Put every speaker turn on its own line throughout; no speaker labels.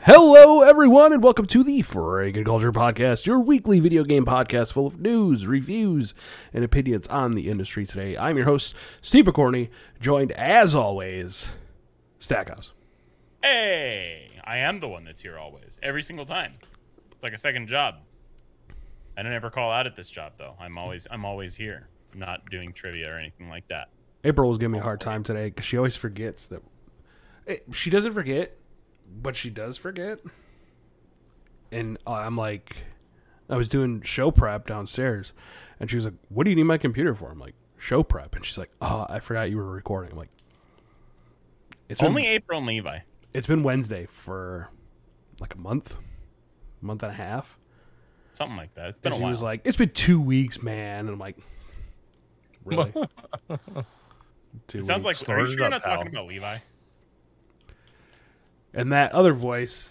Hello, everyone, and welcome to the Freaking Culture Podcast, your weekly video game podcast full of news, reviews, and opinions on the industry today. I'm your host, Steve McCorney, joined as always, Stackhouse.
Hey, I am the one that's here always, every single time. It's like a second job. I don't ever call out at this job though. I'm always I'm always here. I'm not doing trivia or anything like that.
April was giving me a hard time today because she always forgets that. eh, She doesn't forget, but she does forget. And uh, I'm like, I was doing show prep downstairs, and she was like, What do you need my computer for? I'm like, Show prep. And she's like, Oh, I forgot you were recording. I'm like, It's been-
Only April and Levi.
it's been Wednesday for like a month, month and a half.
Something like that. It's been
And
a
she
while.
was like, "It's been two weeks, man," and I'm like, "Really?" two
it sounds
weeks.
like are you sure
Slurred it
you're
up,
not talking
pal.
about Levi?
and that other voice.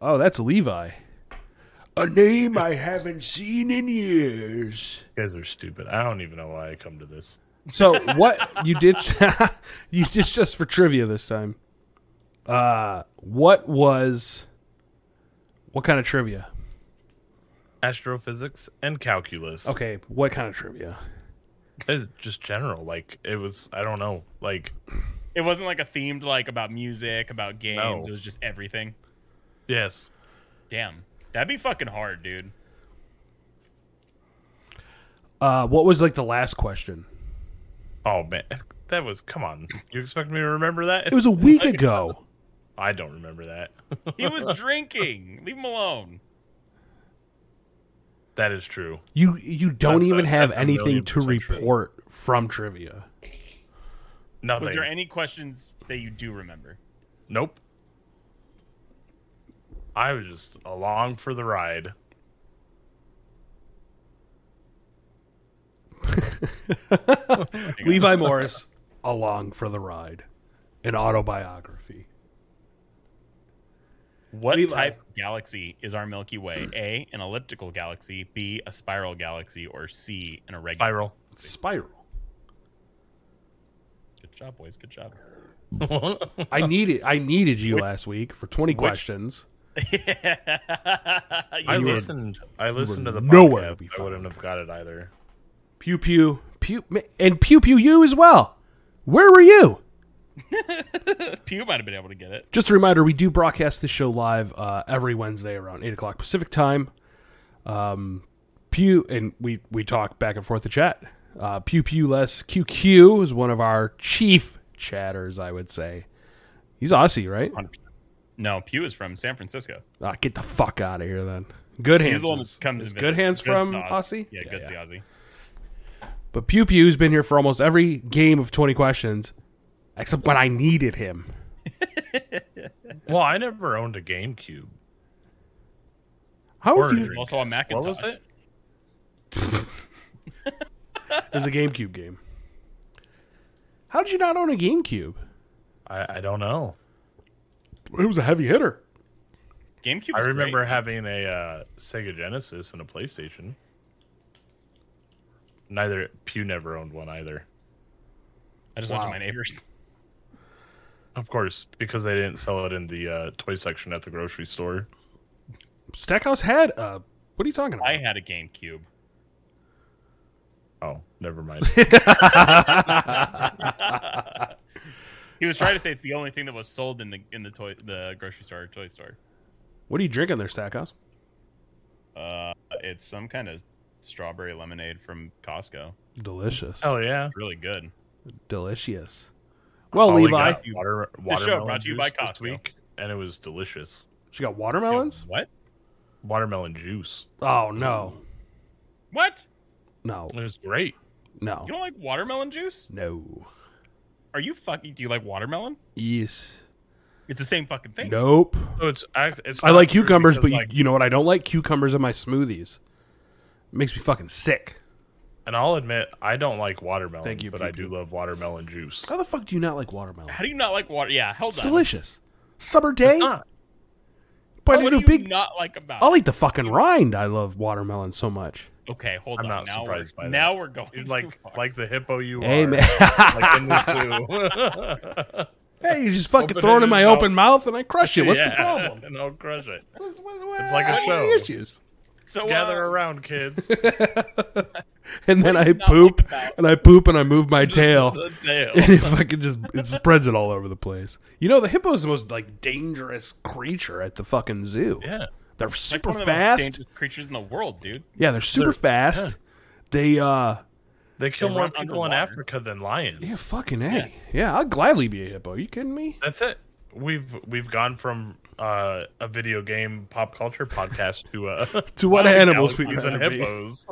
Oh, that's Levi. A name I haven't seen in years.
You guys are stupid. I don't even know why I come to this.
So what you did you did just for trivia this time. Uh what was what kind of trivia?
Astrophysics and calculus.
Okay, what kind of trivia?
It's just general. Like it was I don't know. Like
It wasn't like a themed like about music, about games.
No.
It was just everything.
yes.
Damn. That'd be fucking hard, dude.
Uh, what was like the last question?
Oh man. That was come on. You expect me to remember that?
It was a week ago.
I don't remember that.
He was drinking. Leave him alone.
that is true.
You you don't
That's a-
even have
that's a
anything
million
to
percent true.
report from trivia.
Nothing.
Was there any questions that you do remember?
nope. I was just along for the ride.
Levi Morris, along for the ride, an autobiography.
What
Levi.
type of galaxy is our Milky Way? A, an elliptical galaxy, B, a spiral galaxy, or C, an irregular.
Viral.
Spiral.
Good job, boys. Good job.
I needed I needed you last week for twenty questions.
I
You-
were-
listened I listened to the
nowhere
podcast.
to be
I
found.
wouldn't have got it either.
Pew pew pew and pew pew you as well. Where were you?
Pew might have been able to get it.
Just a reminder, we do broadcast this show live uh, every Wednesday around eight o'clock Pacific time. Um, pew and we we talk back and forth to chat. Uh, pew pew less QQ is one of our chief chatters, I would say. He's Aussie, right?
100%. No, Pew is from San Francisco.
Ah, get the fuck out of here then. Good hands.
He's the one that
is-
comes
is
and
good
visits.
hands
Good's
from
the
Aussie.
Yeah, good the Aussie.
But Pew Pew's been here for almost every game of twenty questions, except when I needed him.
Well, I never owned a GameCube.
How have
Word.
you?
There's also a Macintosh.
What was it?
There's a GameCube game. How did you not own a GameCube?
I, I don't know.
It was a heavy hitter.
GameCube.
I
is
remember
great.
having a uh, Sega Genesis and a PlayStation. Neither Pew never owned one either.
I just went to
Wow.
my neighbors.
Of course, because they didn't sell it in the uh, toy section at the grocery store.
Stackhouse had a. What are you talking about?
I had a GameCube.
Oh, never mind.
He was trying to say it's the only thing that was sold in the in the toy the grocery store or toy store.
what are you drinking there, Stackhouse?
Uh, it's some kind of strawberry lemonade from Costco.
Delicious.
Oh.
Hell yeah!
It's really good.
delicious. Well,
Oh,
Molly
Levi,
got water,
show
watermelon
brought to you
juice
by Costco.
this week, and it was delicious.
she got watermelons.
What?
Watermelon juice.
Oh no,
What?
no,
It was great.
no,
You don't like watermelon juice?
no.
Are you fucking? Do you like watermelon?
Yes.
It's the same fucking thing.
Nope.
So it's act- it's.
I
not
like
true
cucumbers, but
because,
you,
like,
you know what? I don't like cucumbers in my smoothies. It makes me fucking sick.
and I'll admit I don't like watermelon.
Thank you,
but
Pew
I do
Pew.
love watermelon juice.
How the fuck do you not like watermelon?
How do you not like water? Yeah, hell
It's
on.
delicious. Summer day,
It's not.
but
What
it's
do
a
you
big.
not like about?
I'll
it?
eat the fucking rind. I love watermelon so much.
Okay, hold
I'm
on.
not
now
surprised
we're,
by that.
Now we're going too
like
far.
like the hippo you
Hey
are.
man,
Like in the zoo.
hey, you just fucking
Open
throw it
it
in my
up.
open mouth and I crush you. What's the problem?
And I'll crush it.
It's
like a show.
Issues.
so
Gather
uh,
around, kids.
And then
What
I
are you not
poop,
thinking about?
and I poop, and I move my tail.
The tail.
and it fucking just it spreads it all over the place. You know, the hippo's the most like dangerous creature at the fucking zoo.
Yeah.
They're
like
super
one of the most
fast.
dangerous creatures in the world, dude.
Yeah, they're super fast. They uh
They kill
They
more
run
people in
underwater.
Africa than lions.
yeah, fucking A. Yeah. I'll gladly be a hippo. you kidding me?
That's it. We've we've gone from uh, a video game pop culture podcast to uh,
To what
wild
animals we'd
galaxies and
rather be.
hippos.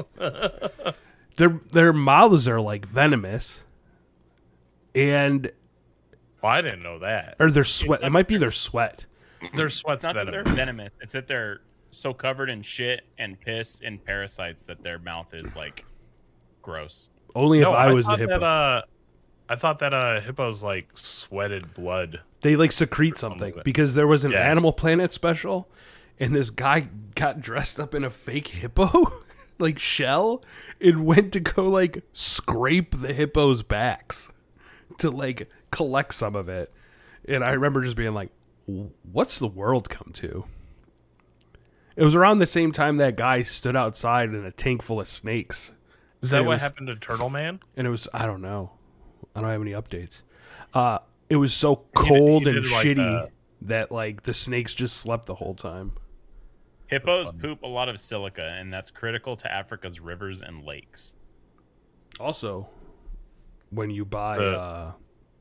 Their their mouths are like venomous. And
Well, I didn't know that.
or their sweat. It might be their sweat.
Their
It's
sweat's
not that they're
venomous.
venomous. It's that they're so covered in shit and piss and parasites that their mouth is like gross.
Only if
No,
I was the
thought
hippo.
That, uh, I thought that uh, hippos like sweated blood.
they like secrete something
like that.
because there was an
Yeah.
Animal Planet special, and this guy got dressed up in a fake hippo, like shell, and went to go like scrape the hippo's backs to like collect some of it. And I remember just being like, "W- "What's the world come to?" It was around the same time that guy stood outside in a tank full of snakes,
Is
It
that what
was-
happened to Turtle Man?
and it was I don't know, I don't have any updates. Uh, it was so cold
he
and
did like
shitty
that.
that like the snakes just slept the whole time.
Hippos poop a lot of silica, and that's critical to Africa's rivers and lakes.
Also, when you buy
The-
uh,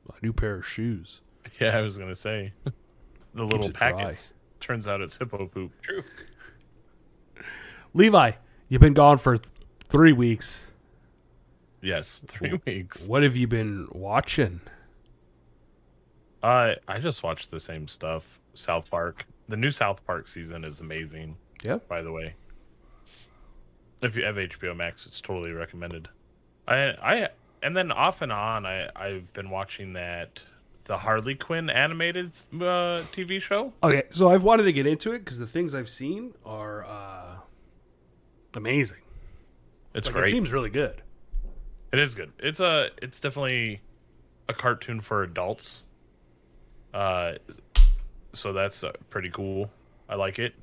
a new pair of shoes,
Yeah, I was gonna say the little
it dry.
packets. Turns out it's hippo poop.
True.
Levi, you've been gone for th- three weeks.
Yes, three weeks.
What have you been watching?
I I just watched the same stuff. South Park. The new South Park season is amazing.
Yep.
By the way, if you have HBO Max, it's totally recommended. I I and then off and on, I I've been watching that the Harley Quinn animated uh, TV show.
Okay, so I've wanted to get into it because the things I've seen are uh, amazing.
It's
Like, It
great.
seems really good.
It is good. It's a it's definitely a cartoon for adults. Uh so that's uh, pretty cool. I like it.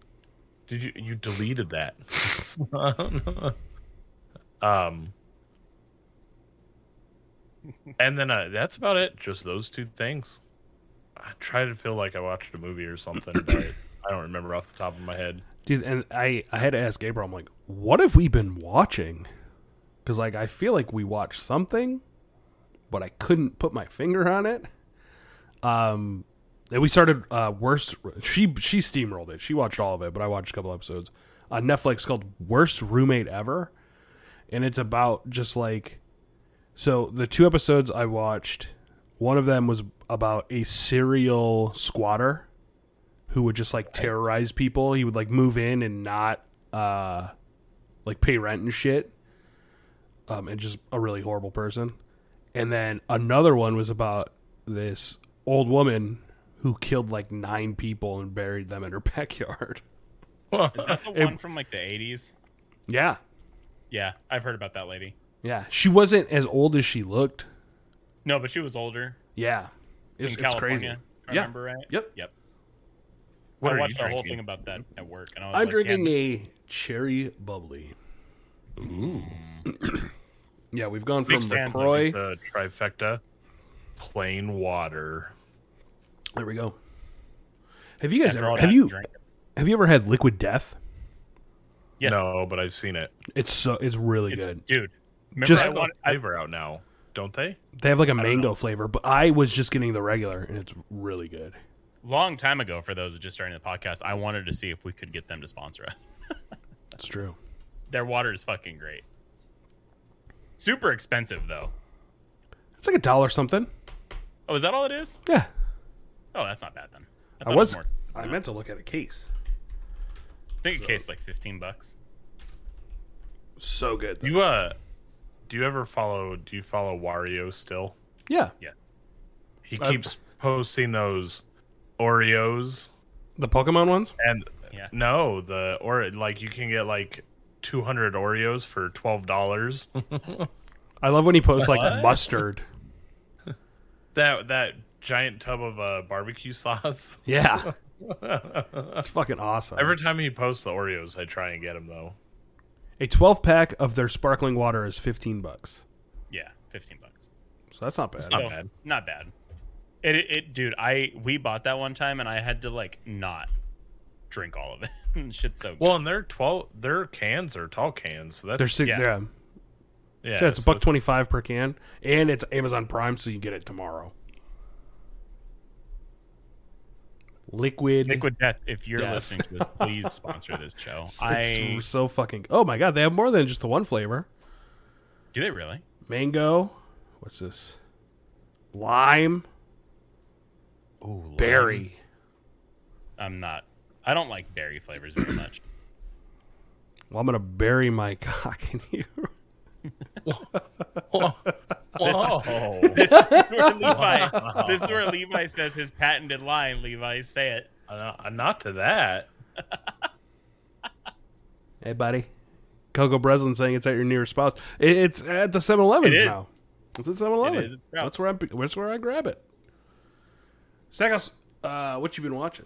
Did you you deleted that? um and then uh, that's about it. Just those two things. I try to feel like I watched a movie or something, but I don't remember off the top of my head.
Dude, and I, I had to ask Gabriel, I'm like, what have we been watching? Because, like, I feel like we watched something, but I couldn't put my finger on it. Um, and we started, uh, worst, she, she steamrolled it. She watched all of it, but I watched a couple episodes on Netflix called Worst Roommate Ever. And it's about just like, so the two episodes I watched, one of them was about a serial squatter who would just like terrorize people. He would like move in and not uh like pay rent and shit. Um and just a really horrible person. And then another one was about this old woman who killed like nine people and buried them in her backyard.
Is that the one from like the '80s?
Yeah.
Yeah, I've heard about that lady.
Yeah. She wasn't as old as she looked.
No, but she was older
Yeah.
in
It's, it's
California.
crazy.
if I
Yeah.
remember right?
Yep.
Yep.
What are
I watched
you
the whole
drinking?
thing about that at work, and I was
I'm
like,
drinking
damn,
a cherry bubbly. Ooh. yeah, we've gone from
Big fans of
LaCroix.
The trifecta plain water.
There we go. Have you guys
after
ever
all
have
that
you
drink.
have you ever had liquid death?
Yes,
No, but I've seen it.
It's so it's really
it's,
good.
dude. Remember
Just-
I
I want
wanted, I,
flavor out now, don't they?
They have like a
don't
mango
know.
flavor, but I was just getting the regular and it's really good.
long time ago for those that just starting the podcast. I wanted to see if we could get them to sponsor us.
It's true.
Their water is fucking great. Super expensive though.
It's like a dollar something.
Oh, is that all it is?
Yeah.
Oh, that's not bad then.
I
thought it
was
more.
I meant to look at a case.
I think it tastes like fifteen bucks.
So good.
You uh do you ever follow do you follow Wario still?
yeah.
Yes.
He
Uh,
keeps posting those Oreos
The Pokemon ones?
and
Yeah.
no, the or like you can get like 200 Oreos for $12.
I love when he posts like
What?
mustard.
that that giant tub of uh, barbecue sauce.
Yeah. It's fucking awesome.
Every time he posts the Oreos, I try and get them though.
A 12 pack of their sparkling water is 15 bucks.
Yeah, fifteen bucks.
So that's not bad.
not bad.
Not bad. It, it, it- dude. I we bought that one time, and I had to like not drink all of it. Shit's so good.
Well, and they're 12 their cans are tall cans, so that's
They're six, yeah.
yeah.
yeah,
Yeah, it's a
so
buck 25 per can and it's Amazon Prime so you get it tomorrow. Liquid,
Liquid Death. If you're
Death.
listening to this, please sponsor this show.
It's
I
so fucking Oh my god, they have more than just the one flavor.
do they really?
Mango, what's this? Lime,
Ooh,
berry.
I'm not. I don't like berry flavors very much.
Well, I'm going to bury my cock in you.
Whoa.
this, is where Levi, this is where Levi says his patented line. Levi, say it.
Uh, not to that.
Hey buddy. Coco Breslin saying it's at your nearest spouse. It, it's at the 7-Eleven
It is.
now. It's at 7-Eleven.
It is at Sprouts.
That's where I that's where I grab it. Stackhouse, uh, what you been watching?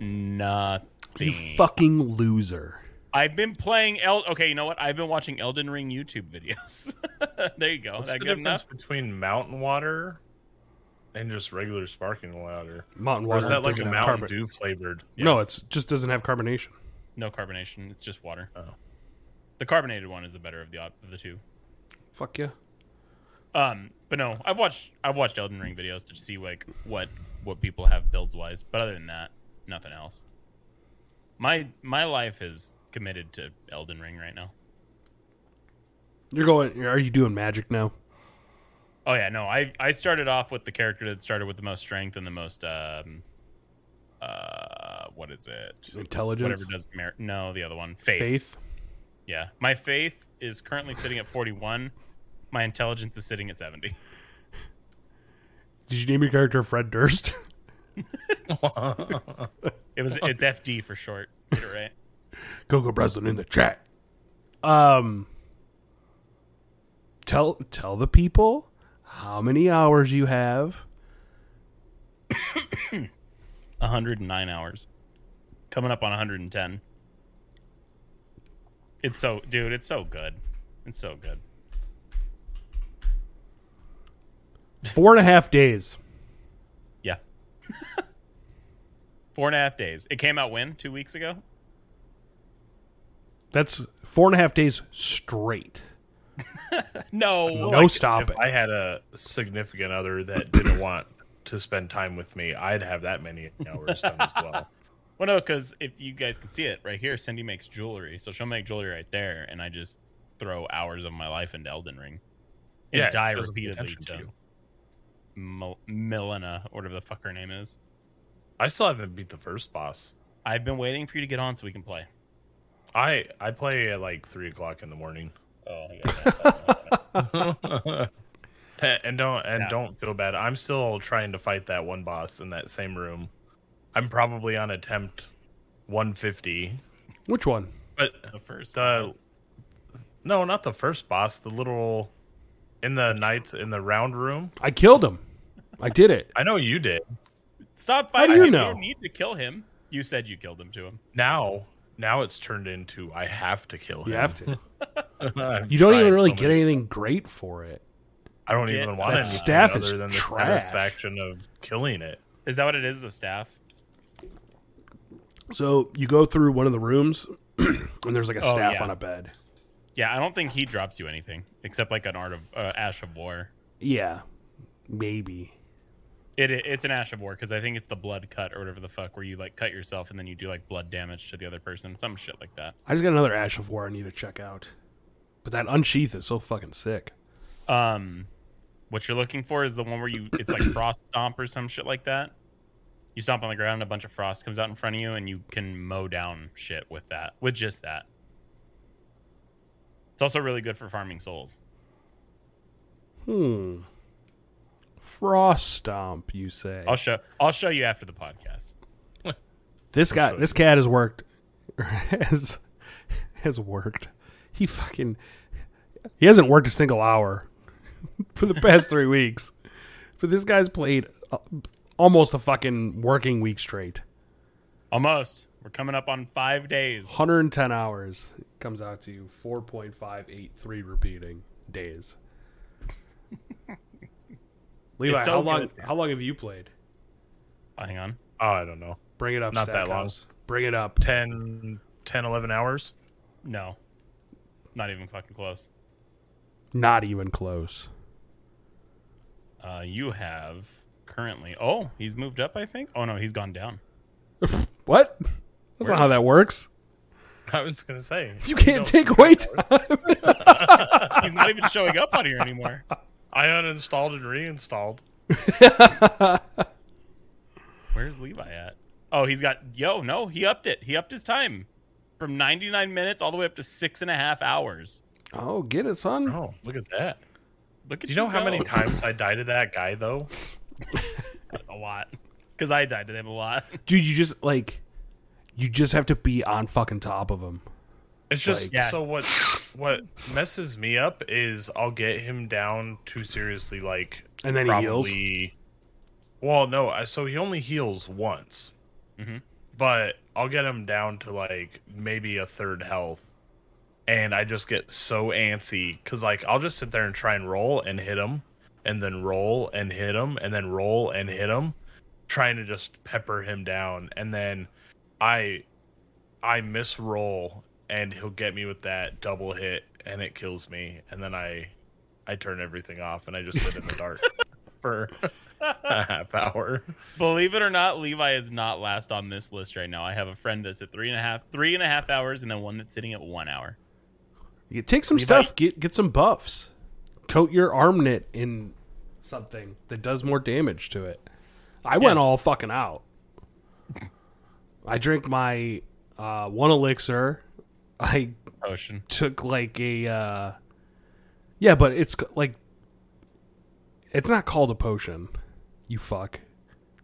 Nothing.
You fucking loser.
I've been playing El. Okay, you know what? I've been watching Elden Ring YouTube videos. there you go.
What's
that
the
good
difference
enough?
between mountain water and just regular sparkling water?
Mountain
Or
water
is that like a
doesn't
Mountain
have carbon-
Dew flavored?
No, it's just doesn't have carbonation.
No carbonation. It's just water.
Oh.
The carbonated one is the better of the op- of the two.
Fuck yeah.
Um, but no, I've watched I've watched Elden Ring videos to see like what what people have builds wise. But other than that, nothing else. My my life is committed to Elden Ring right now.
You're going are you doing magic now?
Oh yeah, no, I I started off with the character that started with the most strength and the most um uh what is it?
Intelligence,
Whatever does merit. No, the other one, faith.
faith.
Yeah, my faith is currently sitting at forty one. My intelligence is sitting at seventy.
Did you name your character Fred Durst?
It was it's FD for short. Get it right?
Coco Breslin in the chat. Um tell tell the people how many hours you have.
hundred and nine hours, coming up on hundred and ten. It's so, dude. It's so good. It's so good.
Four and a half days.
Yeah. Four and a half days. It came out when two weeks ago.
That's four and a half days straight.
No.
no stopping.
If I had a significant other that didn't want to spend time with me, I'd have that many hours done as well.
Well, no, because if you guys can see it right here, Cindy makes jewelry, so she'll make jewelry right there, and I just throw hours of my life into Elden Ring and
Yeah,
die
she doesn't pay
repeatedly
attention to
to,
you.
Mil- Milena, whatever the fuck her name is.
I still haven't beat the first boss.
I've been waiting for you to get on so we can play.
I I play at like three o'clock in the morning.
Oh, yeah.
and don't and
Yeah.
don't feel bad. I'm still trying to fight that one boss in that same room. I'm probably on attempt 150,
Which one?
but
the first.
the no, not the first boss. The little in the knights in the round room.
I killed him. I did it.
I know you did.
Stop
do
fighting
you
him.
know?
You don't need to kill him. You said you killed him to him.
Now now it's turned into I have to kill him.
You have to.
I've
You don't
tried
even really
so
get
many-
anything great for it.
I don't
Get
even want
that
anything
staff
other
is
than the
trash.
satisfaction of killing it.
Is that what it is, the staff?
So you go through one of the rooms, and there's like a
Oh,
staff
yeah.
on a bed.
Yeah, I don't think he drops you anything except like an art of uh, ash of war.
Yeah, maybe.
It, it it's an ash of war because I think it's the blood cut or whatever the fuck where you like cut yourself and then you do like blood damage to the other person, some shit like that.
I just got another Ash of War I need to check out. But that unsheath is so fucking sick.
Um, what you're looking for is the one where you it's like frost stomp or some shit like that. You stomp on the ground, a bunch of frost comes out in front of you, and you can mow down shit with that, with just that. It's also really good for farming souls.
Hmm. Frost stomp, you say?
I'll show I'll show you after the podcast.
this guy,
so-
this cat has worked has has worked. He fucking he hasn't worked a single hour for the past three weeks. But this guy's played uh, almost a fucking working week straight.
Almost. We're coming up on five days.
110 hours comes out to 4.583 repeating days. Levi,
It's so
how long
good.
how long have you played?
Oh, hang on.
Oh, I don't know.
Bring it up.
Not that long.
Stackhouse. Bring it up.
10, 10 11 hours.
No. Not even fucking close.
Not even close.
Uh, you have currently. Oh, he's moved up, I think. Oh, no, he's gone down.
What? That's not how
is-
that works.
I was gonna say
You can't
don't-
take away time.
He's not even showing up on here anymore.
I uninstalled and reinstalled.
Where's Levi at? Oh, he's got. Yo, no, he upped it. He upped his time from 99 minutes all the way up to six and a half hours.
oh, get it, son.
Oh, look at that!
Look at
Do you know how many
go.
times I died to that guy though?
A lot. Because I died to them a lot.
Dude, you just like you just have to be on fucking top of him.
It's just
Like-
Yeah.
so what what messes me up is I'll get him down too seriously like
And then he heals?
probably Well, no, I- so he only heals once.
Mhm.
But I'll get him down to like maybe a third health. And I just get so antsy cuz like I'll just sit there and try and roll and hit him and then roll and hit him and then roll and hit him trying to just pepper him down and then I I misroll and he'll get me with that double hit and it kills me and then I I turn everything off and I just sit in the dark for a half hour.
Believe it or not, Levi is not last on this list right now. I have a friend that's at three and a half, three and a half hours, and then one that's sitting at one hour.
You take some
Levi-
stuff, get get some buffs. Coat your arm knit in something that does more damage to it. I went all fucking out. I drank my uh, one elixir. I
Ocean.
took like a uh yeah but it's c- like it's not called a potion you fuck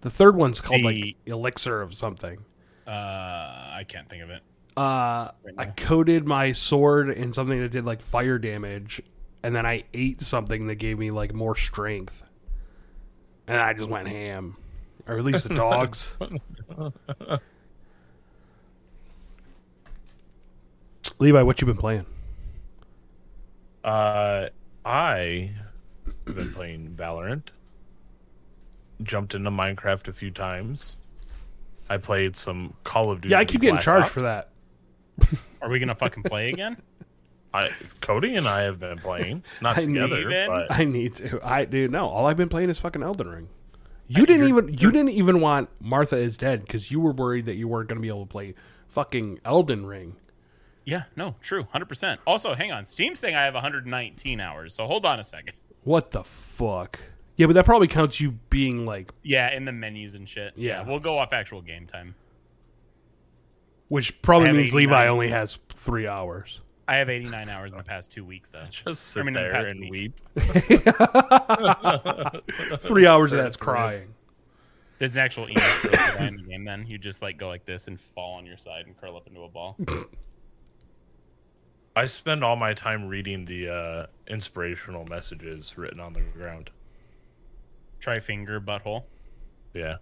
the third one's called like
The-
elixir of something
Uh, I can't think of it.
uh i coated my sword in something that did like fire damage and then i ate something that gave me like more strength and i just went ham or at least the dogs levi what you been playing
Uh, I have been playing Valorant. Jumped into Minecraft a few times. I played some Call of Duty.
yeah i keep getting
Black
charged
Ops.
for that
Are we gonna fucking play again?
I, Cody and I have been playing, not
I
together,
need-
but
I need to. I dude, no. All I've been playing is fucking Elden Ring. You didn't even you didn't even want Martha is dead because you were worried that you weren't going to be able to play fucking Elden Ring.
Yeah, no, true, hundred percent. Also, hang on, Steam's saying I have 119 hours, so hold on a second.
What the fuck? Yeah, but that probably counts you being like,
Yeah, in the menus and shit.
Yeah.
we'll go off actual game time.
which probably
I have
means Levi
89.
only has three hours.
I have 89 hours in the past two weeks, though.
just
I
sit
mean, in the
there
past
and
week.
weep.
Three hours of that's crying.
There's an actual email for that in the game. Then you just like go like this and fall on your side and curl up into a ball.
I spend all my time reading the uh, inspirational messages written on the ground.
Try finger butthole
Yeah,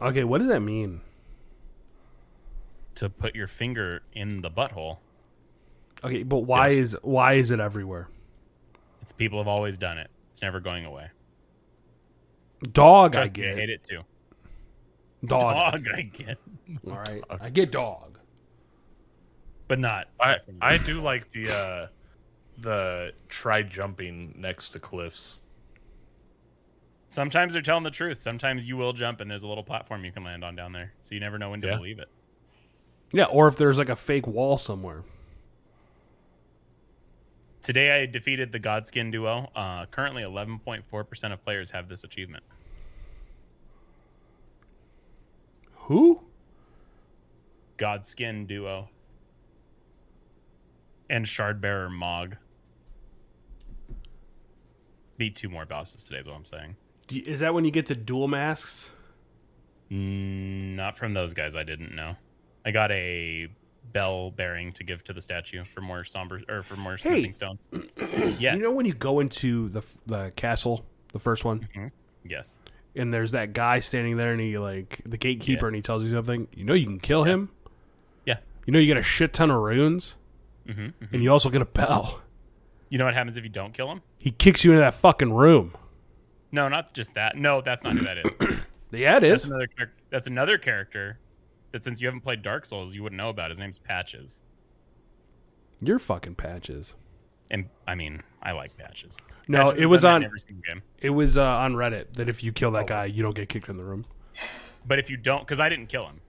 Okay, what does that mean?
to put your finger in the butthole.
Okay, but why
Yes.
is why is it everywhere?
It's people have always done it. It's never going away.
Dog, I
Trust me,
get
I hate it too.
dog.
Dog, I get,
All right, I get dog.
but not.
I I do like the uh, the try jumping next to cliffs.
Sometimes they're telling the truth. Sometimes you will jump, and there's a little platform you can land on down there. So you never know when to
Yeah.
believe it.
Yeah, or if there's like a fake wall somewhere.
Today I defeated the Godskin duo. Uh, currently, 11.4% of players have this achievement.
Who?
Godskin duo and Shardbearer Mog. Beat two more bosses today, is what I'm saying.
Do you- Is that when you get the dual masks?
Mm, Not from those guys. I didn't know. I got a bell bearing to give to the statue for more somber or for more
Hey.
sleeping stones. yes.
You know when you go into the f- the castle, the first one,
yes.
and there's that guy standing there, and he like the gatekeeper, and he tells you something. You know you can kill him.
Yeah.
You know you get a shit ton of runes,
Mm-hmm,
and you also get a bell.
You know what happens if you don't kill him?
He kicks you into that fucking room.
No, not just that. No, that's not who that is.
Yeah, it
That's
is.
another char- that's another character that since you haven't played Dark Souls, you wouldn't know about. His name's Patches.
Your fucking patches.
And I mean, I like Patches.
No,
Patches
it
has
was
done that
on-
in every single game.
It was uh, on Reddit that if you kill
Oh.
that guy, you don't get kicked in the room.
But if you don't, because I didn't kill him.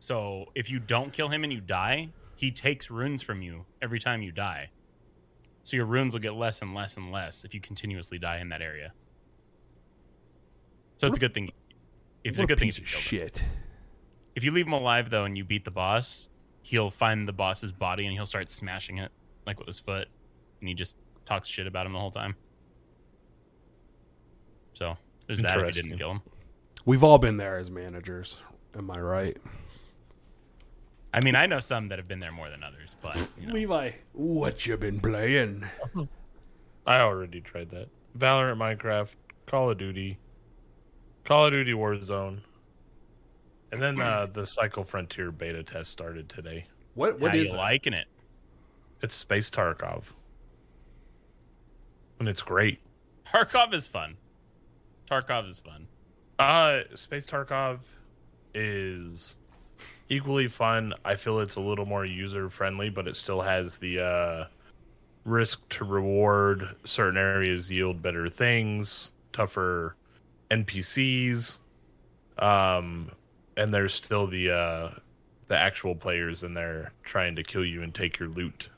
So if you don't kill him and you die, he takes runes from you every time you die. So your runes will get less and less and less if you continuously die in that area. So it's a good thing. It's
What
a good thing
piece
if you
of
kill him.
shit.
If you leave him alive though and you beat the boss, he'll find the boss's body and he'll start smashing it like with his foot, and he just talks shit about him the whole time. So there's that if you
Interesting.
didn't kill him.
We've all been there as managers. Am I right?
I mean, I know some that have been there more than others, but you know.
Levi, what you been playing?
I already tried that. Valorant, Minecraft, Call of Duty, Call of Duty Warzone, and then uh, the Cycle Frontier beta test started today.
What
What
What is
you
that?
liking it?
It's Space Tarkov, and it's great.
Tarkov is fun. Tarkov is fun.
Uh, Space Tarkov is equally fun. I feel it's a little more user friendly, but it still has the uh, risk to reward. Certain areas yield better things, tougher NPCs, um, and there's still the uh, the actual players in there trying to kill you and take your loot.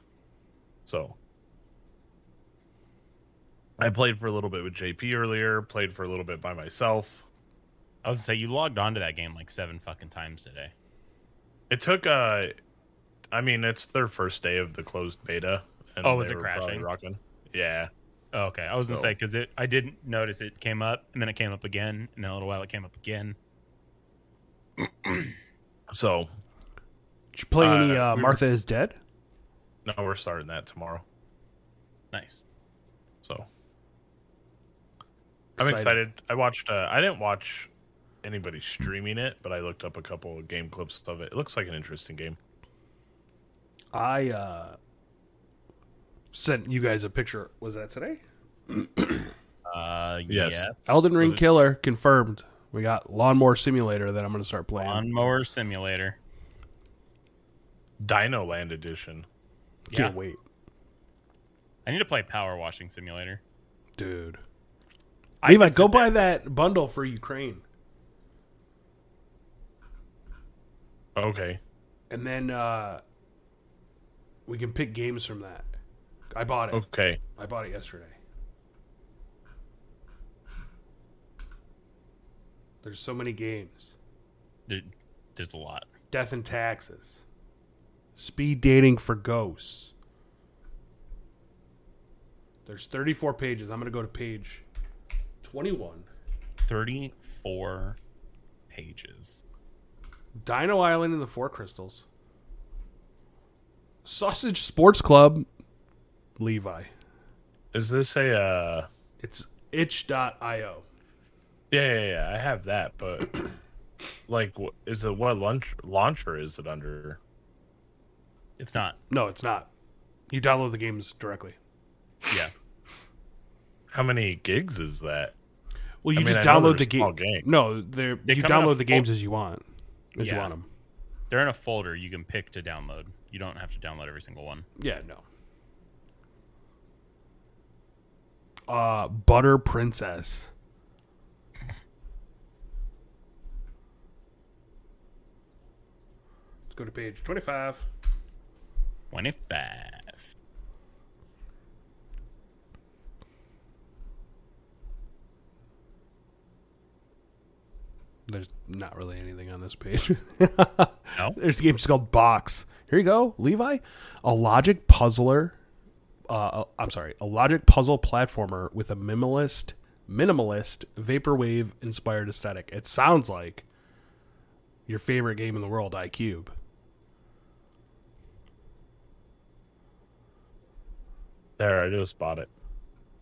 So. I played for a little bit with JP earlier, played for a little bit by myself.
I was gonna say you logged on to that game like seven fucking times today.
It took uh I mean it's their first day of the closed beta. And
Oh, was
they
it
were probably
crashing?
Rocking. Yeah.
Oh, okay, I was gonna
So-
say because it I didn't notice it came up and then it came up again and then a little while it came up again.
So
Did you play any
Uh,
uh,
we-
Martha is Dead?
no, we're starting that tomorrow.
Nice.
So I'm excited. I watched uh I didn't watch anybody streaming it, but I looked up a couple of game clips of it. It looks like an interesting game.
I uh, sent you guys a picture. Was that today?
Uh,
Yes.
yes.
Elden Ring
it-
Killer confirmed. We got Lawnmower Simulator that I'm going to start playing.
Lawnmower Simulator.
Dino Land edition.
Can't
Yeah.
wait,
I need to play Power Washing Simulator.
dude. Levi,
could
go
sit
buy that bundle for Ukraine,
Okay.
and then uh, we can pick games from that. I bought it.
Okay.
I bought it yesterday. There's so many games.
There, there's a lot.
Death and Taxes. Speed Dating for Ghosts. There's 34 pages. I'm going to go to page 21.
Thirty-four pages.
Dino Island and the Four Crystals. Sausage Sports Club. Levi.
Is this a uh
It's itch.io.
yeah, yeah, yeah, I have that, but like, wh- is it what launch launcher is it under?
It's not.
No, it's not. You download the games directly.
Yeah.
How many gigs is that?
Well, you
I mean,
just
I know
download
they're
the
small
game.
game.
No, they're,
They
you
come in a
download the
full-
games as you want. As you
Yeah.
want them.
They're in a folder you can pick to download. You don't have to download every single one.
Yeah, no. Uh, Butter Princess. Let's go to page 25.
25.
There's not really anything on this page.
No?
There's a game just called Box. Here you go, Levi. A logic puzzler. Uh, I'm sorry, a logic puzzle platformer with a minimalist, minimalist vaporwave inspired aesthetic. It sounds like your favorite game in the world, iCube.
There, I just bought it.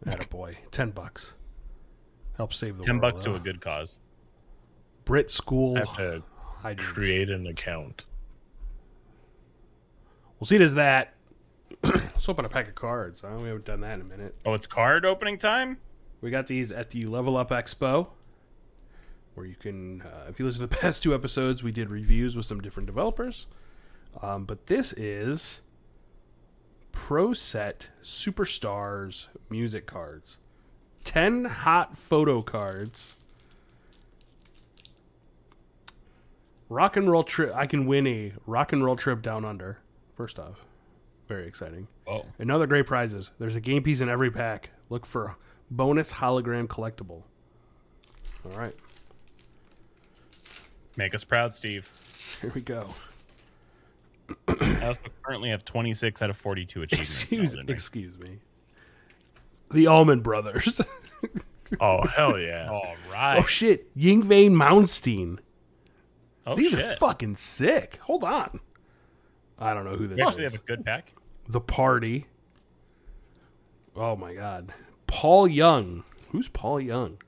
Attaboy. Ten bucks. Help save the
Oh,
Ten
world.
bucks to
huh?
a good cause.
Brit
I
school.
have to
hydrants.
create an account.
We'll see. Does that? Let's open a pack of cards. Huh? We haven't done that in a minute.
Oh, it's card opening time.
We got these at the Level Up Expo, where you can, uh, if you listen to the past two episodes, we did reviews with some different developers. Um, but this is Pro Set Superstars music cards. 10 hot photo cards. Rock and roll trip. I can win a rock and roll trip down under. First off, very exciting.
Oh,
And other great prizes. There's a game piece in every pack. Look for bonus hologram collectible. All right,
make us proud, Steve.
here we go.
I also currently have 26 out of 42 achievements.
Excuse,
now, didn't I?
excuse me. The Almond Brothers.
Oh hell yeah!
All right.
oh shit, Yingvain Mounstein.
Oh,
These
shit.
are fucking sick. Hold on. I don't know who
You
this
actually
is.
have a good pack.
the Party. Oh my god. Paul Young. Who's Paul Young?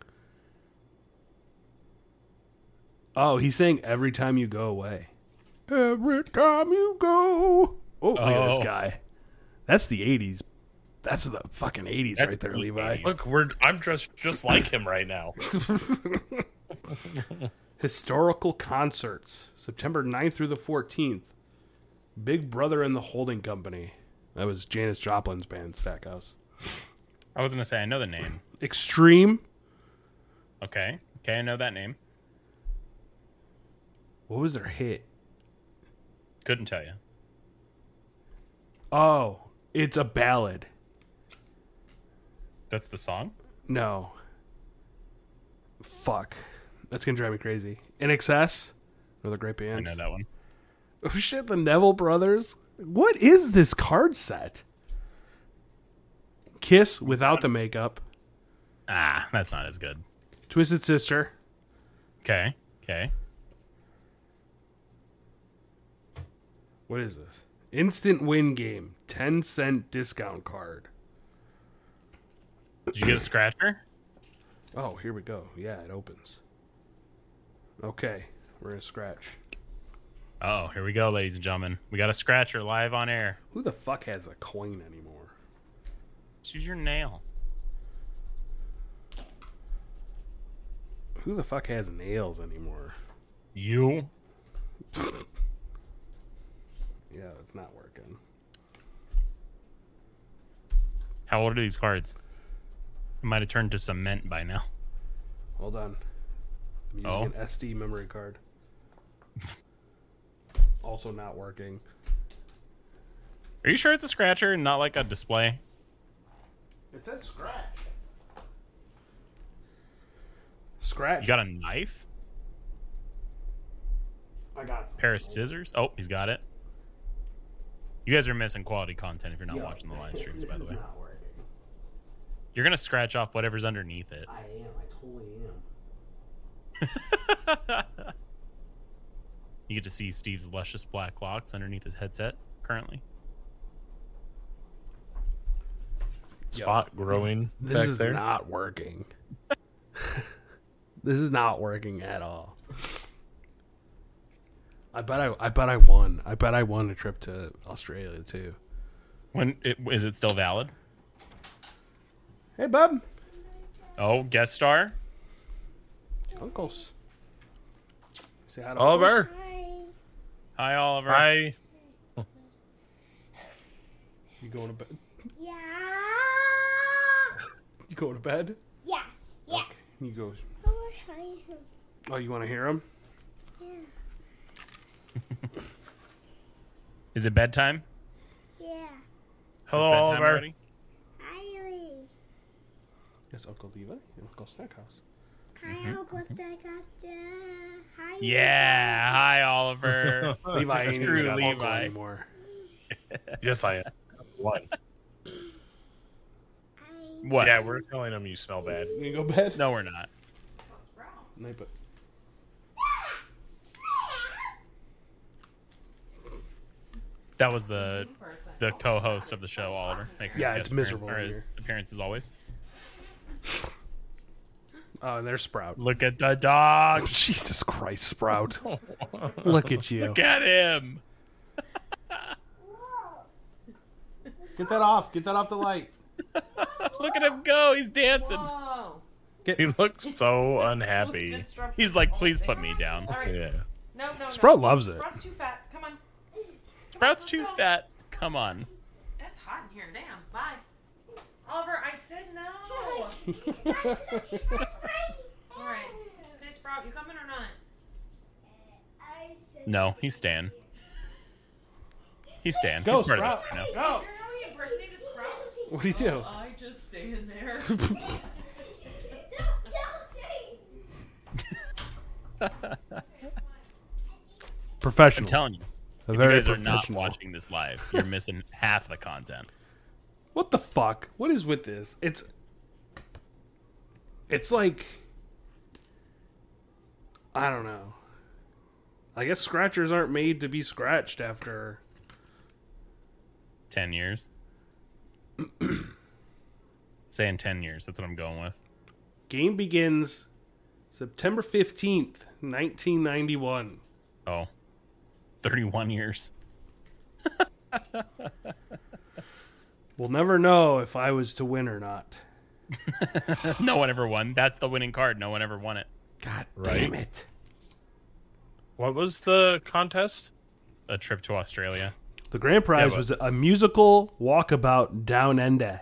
Oh, he's saying every time you go away. Every time you go. Oh, look at
Oh.
this guy. That's the 80s. That's the fucking 80s
That's
right there,
the
Levi.
80s.
Look, we're I'm dressed just like him right now.
Historical concerts, September 9th through the 14th. Big Brother and the Holding Company. That was Janis Joplin's band, Stackhouse.
I was gonna say I know the name.
Extreme.
Okay. Okay, I know that name.
What was their hit?
Couldn't tell you.
Oh, it's a ballad.
That's the song.
No. Fuck. That's gonna drive me crazy. In excess. Another great
I
band.
know that one.
Oh shit, the Neville brothers. What is this card set? Kiss without the makeup.
Ah, that's not as good.
Twisted Sister.
Okay. Okay.
What is this? Instant win game. 10 cent discount card.
Did you get a scratcher?
Oh, here we go. Yeah, it opens. Okay, we're gonna scratch.
Oh, here we go, ladies and gentlemen. We got a scratcher live on air.
Who the fuck has a coin anymore?
Choose your nail.
Who the fuck has nails anymore?
You.
Yeah, it's not working.
How old are these cards? It might have turned to cement by now.
Hold on. I'm using
Oh.
an SD memory card. also not working.
Are you sure it's a scratcher and not like a display?
It says scratch. Scratch.
You got a knife?
I got
Pair of scissors? Oh, he's got it. You guys are missing quality content if you're not
Yeah.
watching the live streams, by the way.
not working.
You're gonna scratch off whatever's underneath it.
I am. I totally am.
You get to see Steve's luscious black locks underneath his headset currently.
Spot growing
This
back
is
there.
not working. this is not working at all. I bet I, I bet I won. I bet I won a trip to Australia too.
When it, is it still valid?
Hey, bub.
Oh, guest star.
Uncles. Say hi to
Oliver,
Hi, Oliver.
hi.
Uncles. You going to bed?
Yeah.
You going to bed?
Yes. Yeah.
You go.
I want to try him.
Oh, you want to hear him?
Is it bedtime?
Yeah.
Hello,
it's bedtime
Oliver.
already?
Hi,
Yes, Uncle Levi and Uncle Stackhouse.
Hi, Uncle Stegosta. Hi.
Yeah. Hi, Oliver.
Levi ain't even
Screw
got uncle
Levi.
anymore.
yes, I am. One.
Hi.
what?
Yeah, we're telling him you smell bad.
You gonna go to bed?
No, we're not.
Night, but
That was the
person.
the co-host of the show, Oliver. Making
Yeah,
his
it's
guest appearance-
miserable
or
in
his
here.
appearance as always.
Oh, and there's Sprout.
Look at the dog.
Jesus Christ, Sprout. Look at you.
Look at him.
Get that off. Get that off the light.
Look at him go. He's dancing.
Whoa.
He looks so
Look,
unhappy.
disrupt-
He's like, please put me down.
All right.
Yeah.
No, no, no.
Sprout loves it.
Sprout's too fat. Come on.
Sprout's too fat. Come on.
That's hot in here. Damn. Bye. Oliver, I said no. All right. Okay, Sprout, you coming or not?
No, he's staying. He's staying.
Go,
he's part
Sprout.
of this right now.
Go.
You're really impersonated Sprout.
What do you do?
I just stay in there.
Professional.
I'm telling you,
A
you
very
guys are not
professional.
watching this live. You're missing half the content.
What the fuck? What is with this? It's It's like I don't know. I guess scratchers aren't made to be scratched after
Ten years. Saying ten years. That's what I'm going with.
game begins September 15th, 1991.
Oh. 31 years.
We'll never know if I was to win or not.
No one ever won. That's the winning card. No one ever won it.
God
Right.
damn it.
What was the contest?
A trip to Australia.
The grand prize
but-
was a musical walkabout down under,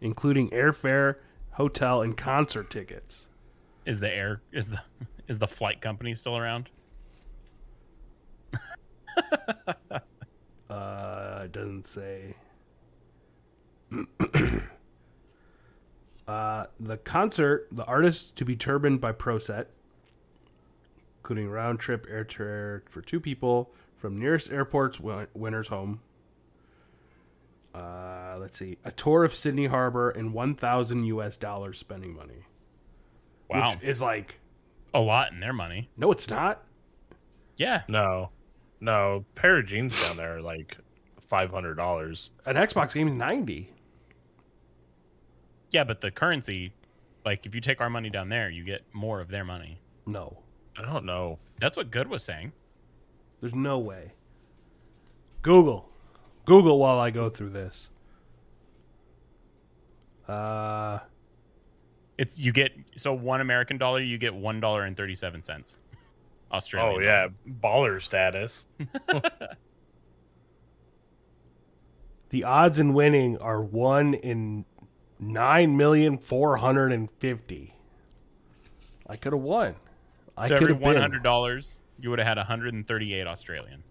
including airfare, hotel, and concert tickets.
Is the air is the is the flight company still around?
Uh, it doesn't say. uh, the concert, the artist to be turbaned by ProSet, including round trip air air for two people from nearest airport's win- winner's home. Uh, let's see, a tour of Sydney Harbor and one thousand U.S. dollars spending money,
Wow.
which is like,
a lot in their money.
no, it's not.
Yeah.
No. No. Pair of jeans down there are like five hundred dollars.
An Xbox game is ninety.
Yeah, but the currency like if you take our money down there, you get more of their money.
No,
I don't know.
That's what Good was saying.
There's no way. Google. Google while I go through this. Uh
It's you get so one American dollar, you get one dollar and thirty seven cents. Australian.
Oh yeah. Baller status.
the odds in winning are 1 in 9,450. I could have won. I
So
could
every
have
one
been.
hundred dollars, you would have had one hundred and thirty eight Australian.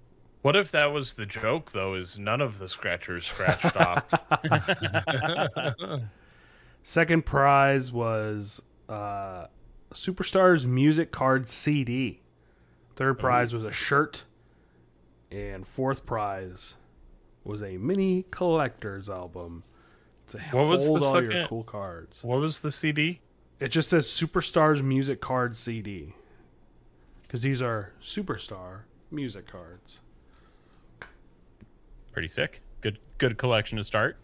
What if that was the joke though, is none of the scratchers scratched off?
Second prize was uh Superstars music card CD. Third prize was a shirt and fourth prize was a mini collector's album. To
What was
hold
the
all your
second-
cool cards.
What was the CD?
It just says Superstars music card CD. Cuz these are Superstar music cards.
Pretty sick. Good good collection to start.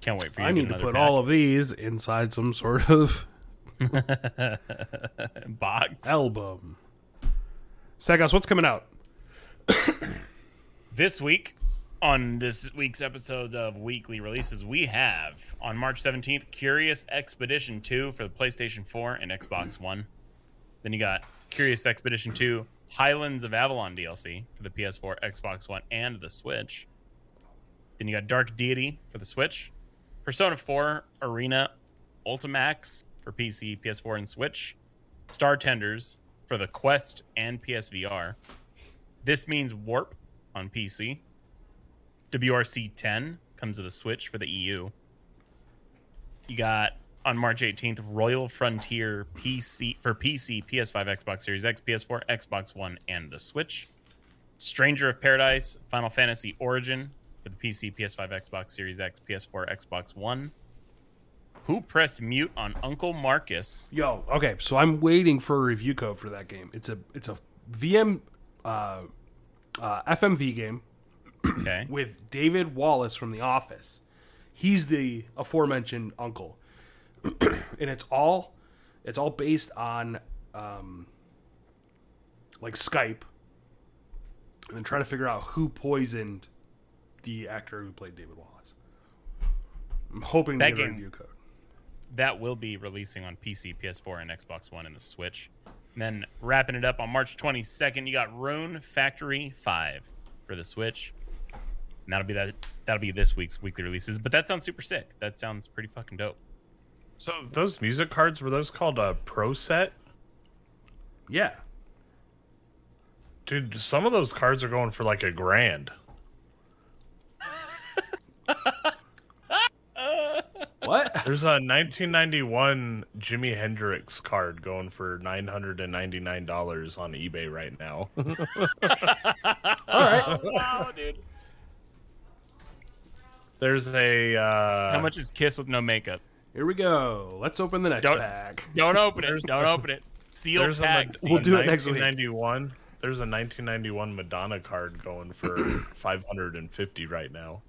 Can't wait for you.
I need to put all of these inside some sort of
box.
album. Sagos, what's coming out?
This week, on this week's episodes of Weekly Releases, we have on March 17th Curious Expedition 2 for the PlayStation 4 and Xbox One. Then you got Curious Expedition 2 Highlands of Avalon DLC for the PS4, Xbox One, and the Switch. Then you got Dark Deity for the Switch, Persona 4 Arena Ultimax for PC, PS4, and Switch, Star Tenders for the Quest and PSVR. This means Warp on PC. WRC 10 comes to the Switch for the EU. You got on March 18th Royal Frontier PC for PC, PS5, Xbox Series X, PS4, Xbox One, and the Switch. Stranger of Paradise, Final Fantasy Origin for the PC, PS5, Xbox Series X, PS4, Xbox One. Who pressed mute on Uncle Marcus?
Yo, okay, so I'm waiting for a review code for that game. It's a it's a VM uh, uh, FMV game.
Okay.
with David Wallace from The Office. He's the aforementioned uncle, and it's all it's all based on um, like Skype, and then trying to figure out who poisoned the actor who played David Wallace. I'm hoping to
That
get a
game-
review code.
that will be releasing on PC, PS4, and Xbox One and the Switch. And then wrapping it up on March 22nd, you got Rune Factory 5 for the Switch. And that'll be that that'll be this week's weekly releases. But that sounds super sick. That sounds pretty fucking dope.
So those music cards were those called a pro set?
Yeah,
Dude, some of those cards are going for like a grand.
what?
There's a 1991 Jimi Hendrix card going for $999 on eBay right now.
Wow, dude.
There's a uh
How much is Kiss with no makeup?
Here we go. Let's open the next
Don't-
pack.
Don't open it. Don't open it. Seal
there's a,
tagged.
We'll do it next week.
1991. There's a 1991 Madonna card going for 550 right now.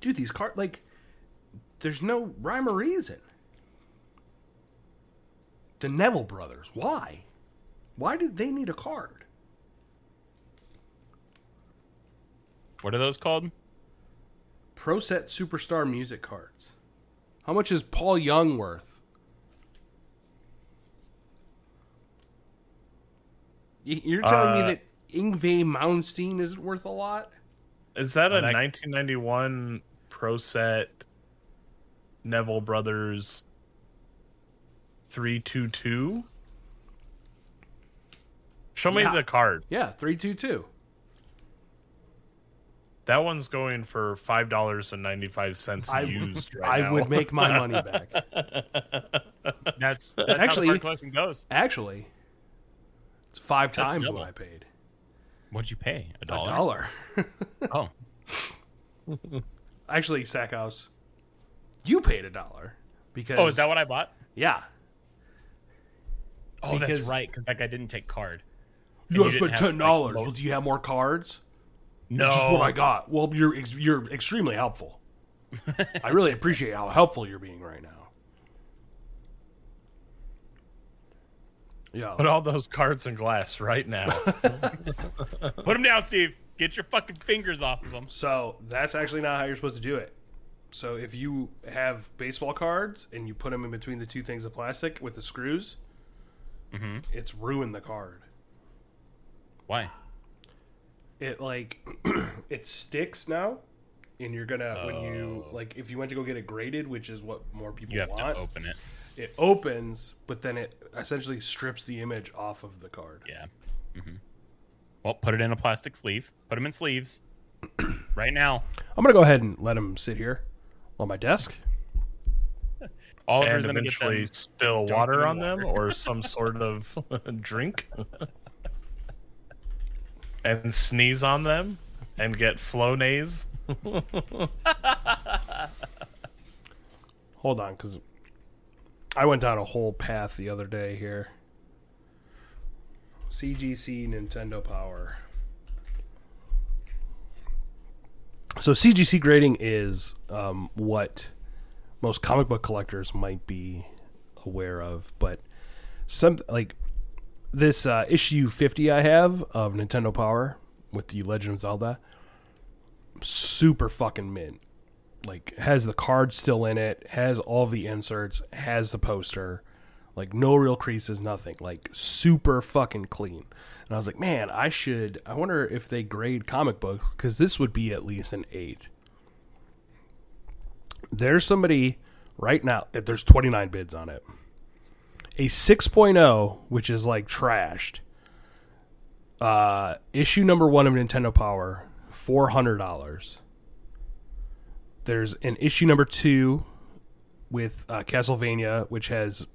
Dude, these card like there's no rhyme or reason. The Neville brothers, why? Why did they need a card?
What are those called?
Pro set superstar music cards. How much is Paul Young worth? Y- You're telling
Uh,
me that Ingve Malmsteen isn't worth a lot?
Is that
Well,
a
that-
1991 Pro Set Neville Brothers 322? Show
Yeah.
me the card.
Yeah, three two two.
That one's going for five dollars and ninety five cents
I,
used.
I
Right now.
would make my money back.
That's, that's how
Actually-
the card collection goes.
Actually, it's five
That's
times
double.
what I paid.
What'd you pay? A
A
dollar?
dollar.
Oh.
Actually, Stackhouse, you paid a dollar because
Oh, is that what I bought?
Yeah,
Oh,
Because-
that's right. Because that guy didn't take card.
you
you
guys
didn't
spent
have,
ten dollars.
like, Oh.
well, do you have more cards?
No.
Just what I got. Well, you're ex- you're extremely helpful. I really appreciate how helpful you're being right now. Yeah,
Put all those cards in glass right now.
Put them down, Steve. Get your fucking fingers off of them.
So that's actually not how you're supposed to do it. So if you have baseball cards and you put them in between the two things of plastic with the screws,
Mm-hmm.
it's ruined the card.
Why?
It like it sticks now, and you're gonna when you like if you went to go get it graded, which is what more people
Oh. You have
want,
to open it.
it opens, but then it essentially strips the image off of the card.
Yeah. hmm Well, put it in a plastic sleeve. Put them in sleeves. right now.
I'm gonna go ahead and let him sit here on my desk.
Oliver's
and
going to get them.
eventually spill
Don't give
water
me
on them
water.
or some sort of drink and sneeze on them and get flonase.
Hold on, because I went down a whole path the other day here. CGC Nintendo Power. So CGC grading is um, what most comic book collectors might be aware of, but some like this uh, issue fifty I have of Nintendo Power with the Legend of Zelda, super fucking mint like has the card still in it, has all the inserts, has the poster, like no real creases, nothing, like super fucking clean. And I was like, man, I should. I wonder if they grade comic books because this would be at least an eight. There's somebody right now. eh, There's 29 bids on it. A 6.0, which is like trashed. Uh, issue number one of Nintendo Power, four hundred dollars there's an issue number two with uh, Castlevania, which has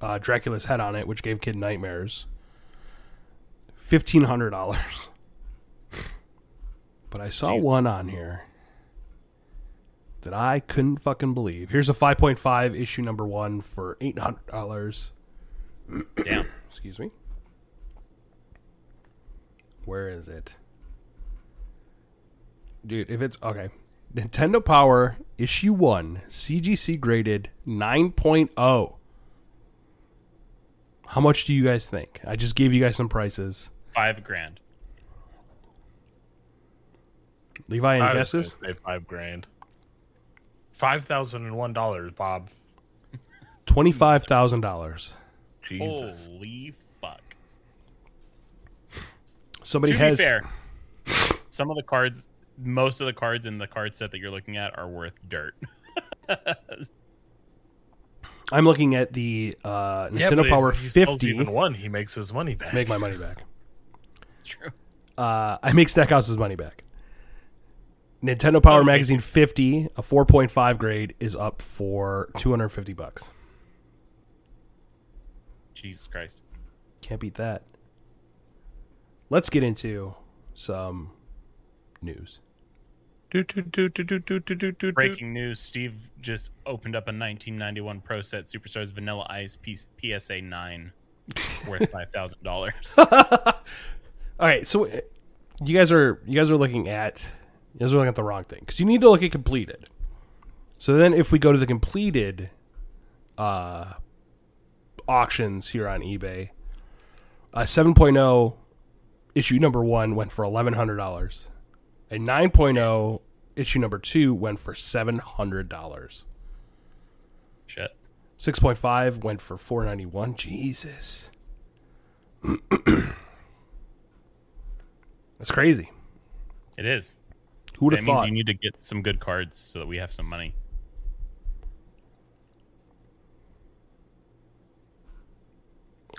uh, Dracula's head on it, which gave Kid nightmares. Fifteen hundred dollars. But I saw
Jesus.
one on here that I couldn't fucking believe. Here's a five point five issue number one for eight hundred dollars.
Damn.
Excuse me. Where is it? dude, if it's okay. Nintendo Power issue 1 CGC graded 9.0. How much do you guys think? I just gave you guys some prices.
Five grand.
Levi any
I was
guesses?
gonna Say five grand. Five thousand and one dollars, Bob.
$25,000.
Jesus.
Holy fuck.
Somebody
to
has
be fair, some of the cards, most of the cards in the card set that you're looking at are worth dirt.
I'm looking at the uh,
Yeah,
Nintendo
but
Power
if he sells
50.
Even one, he makes his money back.
Make my money back.
True.
Uh, I make Stackhouse's money back. Nintendo Power
Okay.
Magazine 50, a 4.5 grade, is up for 250 bucks.
Jesus Christ.
Can't beat that. Let's get into some news.
Do, do, do, do, do, do, do, do, do.
Breaking news: Steve just opened up a 1991 Pro Set Superstars Vanilla Ice P- PSA nine, worth five thousand dollars.
All right, so uh, you guys are you guys are looking at you guys are looking at the wrong thing because you need to look at completed. So then, if we go to the completed uh, auctions here on eBay, uh, a 7.0 issue number one went for eleven hundred dollars. A 9.0 issue number two went for seven hundred dollars.
Shit.
Six point five went for four ninety one. Jesus, that's crazy.
It is.
Who would
That
have
means
thought?
you need to get some good cards so that we have some money.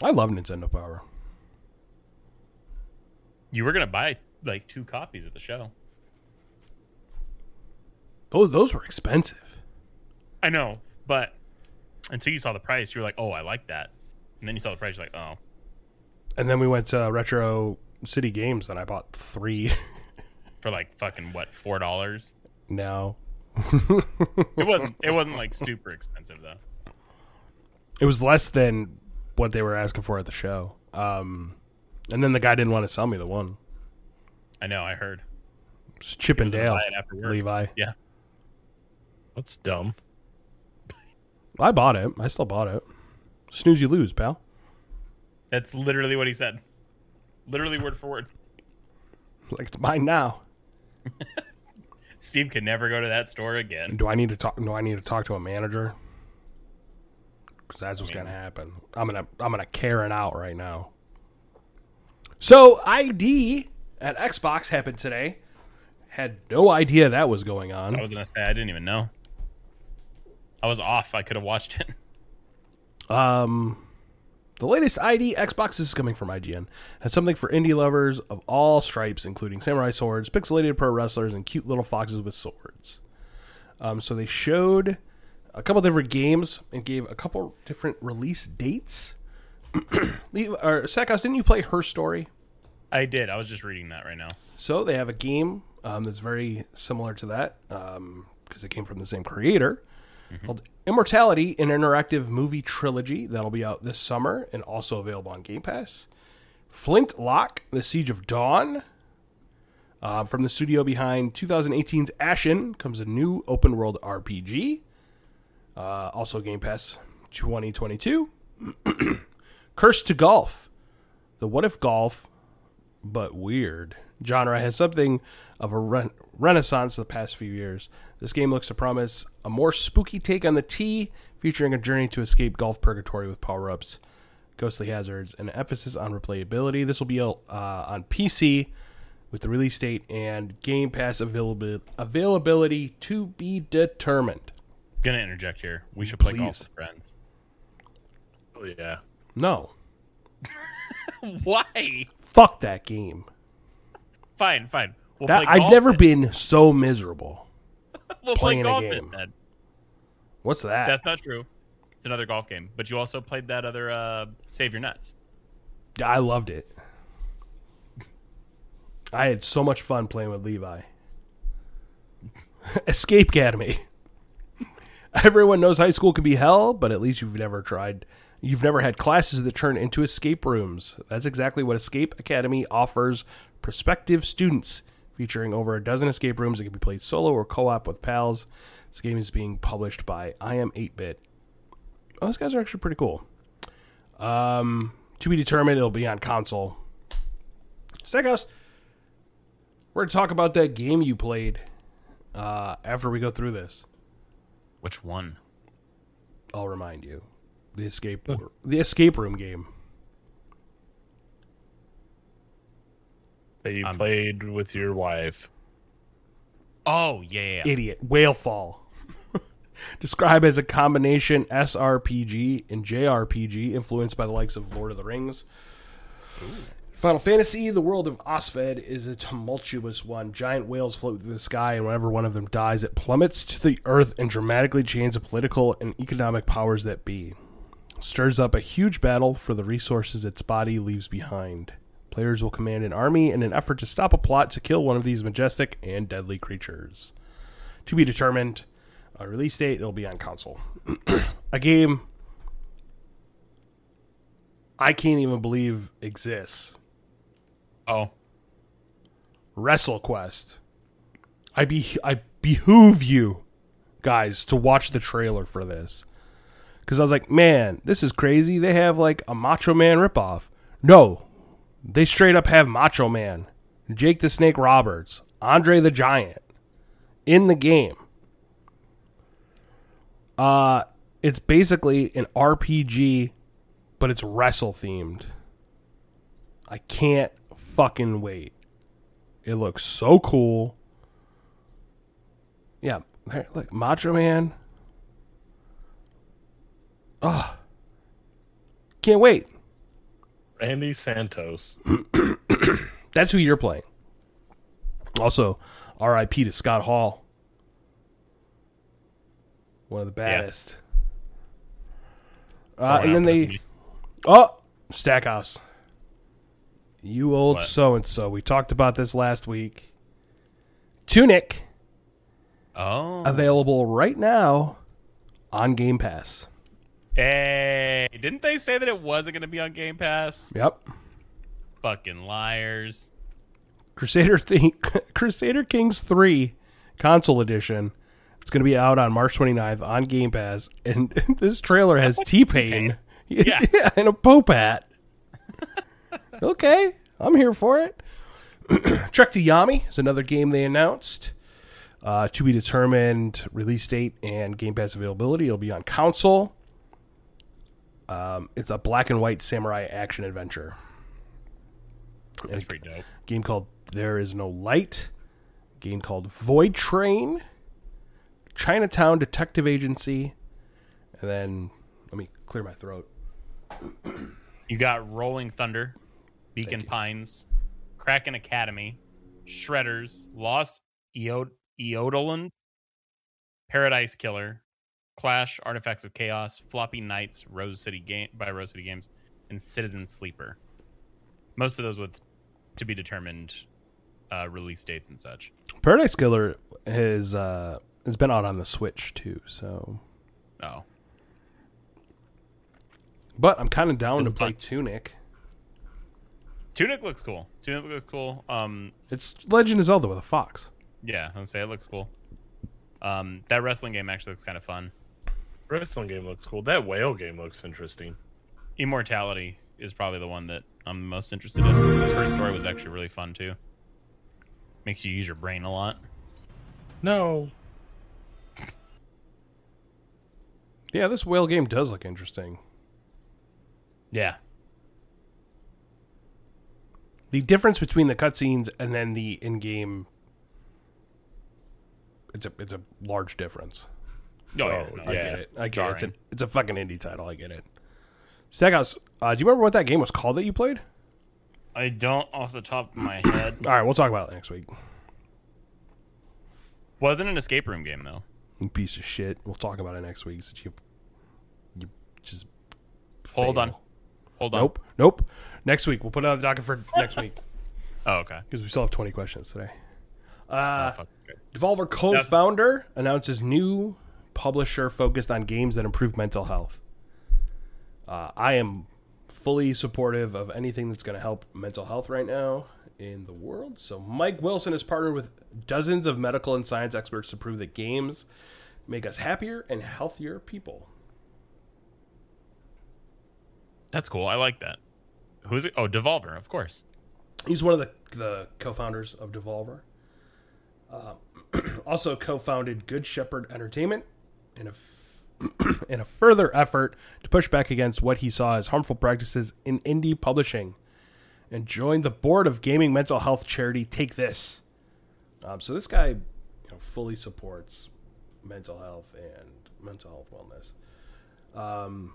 I love Nintendo Power.
You were gonna buy like two copies at the show.
Those those were expensive.
I know, but until you saw the price, you were like, "Oh, I like that," and then you saw the price, you're like, "Oh,
And then we went to Retro City Games, and I bought three.
for like fucking what four dollars?"
now
It wasn't. it wasn't like super expensive though.
it was less than what they were asking for at the show. Um, and then the guy didn't want to sell me the one.
I know. I heard.
It was Chip and
was gonna
Dale,
buy it after work.
Levi.
Yeah.
That's dumb.
I bought it. I still bought it. Snooze, you lose, pal.
That's literally what he said. Literally word for word.
Like it's mine now.
Steve could never go to that store again.
Do I need to talk? Do I need to talk to a manager? Because that's what's
I mean-
gonna happen. I'm gonna I'm gonna Karen out right now. So ID at Xbox happened today. Had no idea that was going on.
I was gonna say I didn't even know. I was off. I could have watched it.
Um, the latest ID Xbox this is coming from IGN. Has something for indie lovers of all stripes, including samurai swords, pixelated pro wrestlers, and cute little foxes with swords. Um, so they showed a couple different games and gave a couple different release dates. Leave, or Sackhouse, didn't you play Her Story?
I did. I was just reading that right now.
So they have a game um, that's very similar to that because it came from the same creator called Immortality, an interactive movie trilogy that'll be out this summer and also available on Game Pass. Flintlock, The Siege of Dawn. Uh, from the studio behind 2018's Ashen comes a new open world RPG. Uh, also Game Pass 2022. Curse to Golf, the What If Golf but weird genre has something of a re- renaissance the past few years. This game looks to promise a more spooky take on the tea, featuring a journey to escape golf purgatory with power ups, ghostly hazards, and an emphasis on replayability. This will be uh, on PC with the release date and Game Pass availabil- availability to be determined.
Gonna interject here. We should play golf
Please.
with friends.
Oh yeah.
No,
Why?
fuck that game.
Fine, fine. We'll
That,
play
I've
golf
never
then.
been so miserable.
We'll
playing
play
a
golf
game.
then. Ned.
What's that?
That's not true. It's another golf game. But you also played that other uh, Save Your Nuts.
I loved it. I had so much fun playing with Levi. Escape Academy. Everyone knows high school can be hell, but at least you've never tried. You've never had classes that turn into escape rooms. That's exactly what Escape Academy offers prospective students. Featuring over a dozen escape rooms, it can be played solo or co op with pals. This game is being published by I Am 8 Bit. Oh, those guys are actually pretty cool. Um, to be determined, it'll be on console. Stegos, we're going to talk about that game you played uh, after we go through this.
Which one?
I'll remind you. The escape the escape room game.
that you
Um,
played with your wife.
Oh yeah.
Idiot. Whalefall. Described as a combination SRPG and JRPG influenced by the likes of Lord of the Rings. Final Fantasy, the world of Osfed is a tumultuous one. Giant whales float through the sky, and whenever one of them dies, it plummets to the earth and dramatically changes the political and economic powers that be. Stirs up a huge battle for the resources its body leaves behind. Players will command an army in an effort to stop a plot to kill one of these majestic and deadly creatures to be determined. A release date, it'll be on console. a game I can't even believe exists.
Oh.
WrestleQuest. I be I behoove you guys to watch the trailer for this. Cause I was like, man, this is crazy. They have like a Macho Man ripoff. No. They straight up have Macho Man, Jake the Snake Roberts, Andre the Giant in the game. Uh it's basically an RPG, but it's wrestle themed. I can't fucking wait. It looks so cool. Yeah, there- look, Macho Man. Ugh. Ah. Can't wait.
Randy Santos.
That's who you're playing. Also, R.I.P. to Scott Hall. One of the
Yeah.
baddest.
What
Uh, and then
happened to
they.
me?
Oh, Stackhouse. You old
What?
so and so. We talked about this last week. Tunic.
Oh.
available right now on Game Pass.
Hey, didn't they say that it wasn't going to be on Game Pass?
Yep.
Fucking liars.
Crusader Thi- Crusader Kings 3 console edition. It's going to be out on March 29th on Game Pass and this trailer has T-Pain
Yeah.
and a Pope hat. okay, I'm here for it. Trek to Yami is another game they announced. Uh, to be determined release date and Game Pass availability. It'll be on console. Um, it's a black and white samurai action adventure.
That's pretty dope.
game called There Is No Light, game called Void Train, Chinatown Detective Agency, and then let me clear my throat.
You got Rolling Thunder, Beacon
you.
Pines, Kraken Academy, Shredders, Lost Eod- Eodoland, Paradise Killer, Clash, Artifacts of Chaos, Floppy Knights, Rose City Game by Rose City Games, and Citizen Sleeper. Most of those with to be determined uh, release dates and such.
Paradise Killer has uh has been out on the Switch too, so
Oh,
but I'm kind of down
This
to
is
play
fun.
Tunic.
Tunic looks cool. Tunic looks cool. Um,
It's Legend of Zelda with a fox.
yeah, I'd say it looks cool. Um, that wrestling game actually looks kind of fun.
Wrestling game looks cool. That whale game looks interesting.
Immortality is probably the one that I'm most interested in. This first story was actually really fun too. Makes you use your brain a lot.
No.
Yeah, this whale game does look interesting.
Yeah.
The difference between the cutscenes and then the in-game it's a it's a large difference.
Oh,
Oh,
yeah. No,
I
yeah.
get it. I get it. It's a,
Jarring.
it's a fucking indie title. I get it. Stackhouse, uh, do you remember what that game was called that you played?
I don't off the top of my head.
All right, we'll talk about it next week.
Wasn't an escape room game though.
You piece of shit. We'll talk about it next week. Since you, you just
Hold
fail.
on. Hold on.
Nope. Nope. Next week we'll put it on the docket for next week
Oh, okay.
because we still have twenty questions today.
Oh,
Uh,
fuck. Okay.
Devolver co-founder announces new publisher focused on games that improve mental health. Uh, I am fully supportive of anything that's going to help mental health right now in the world. So, Mike Wilson has partnered with dozens of medical and science experts to prove that games make us happier and healthier people.
That's cool. I like that. Who's it? Oh, Devolver, of course.
He's one of the, the co founders of Devolver. Uh, also, co founded Good Shepherd Entertainment in a, f- in a further effort to push back against what he saw as harmful practices in indie publishing and joined the board of gaming mental health charity Take This. Um, so, this guy you know, fully supports mental health and mental health wellness.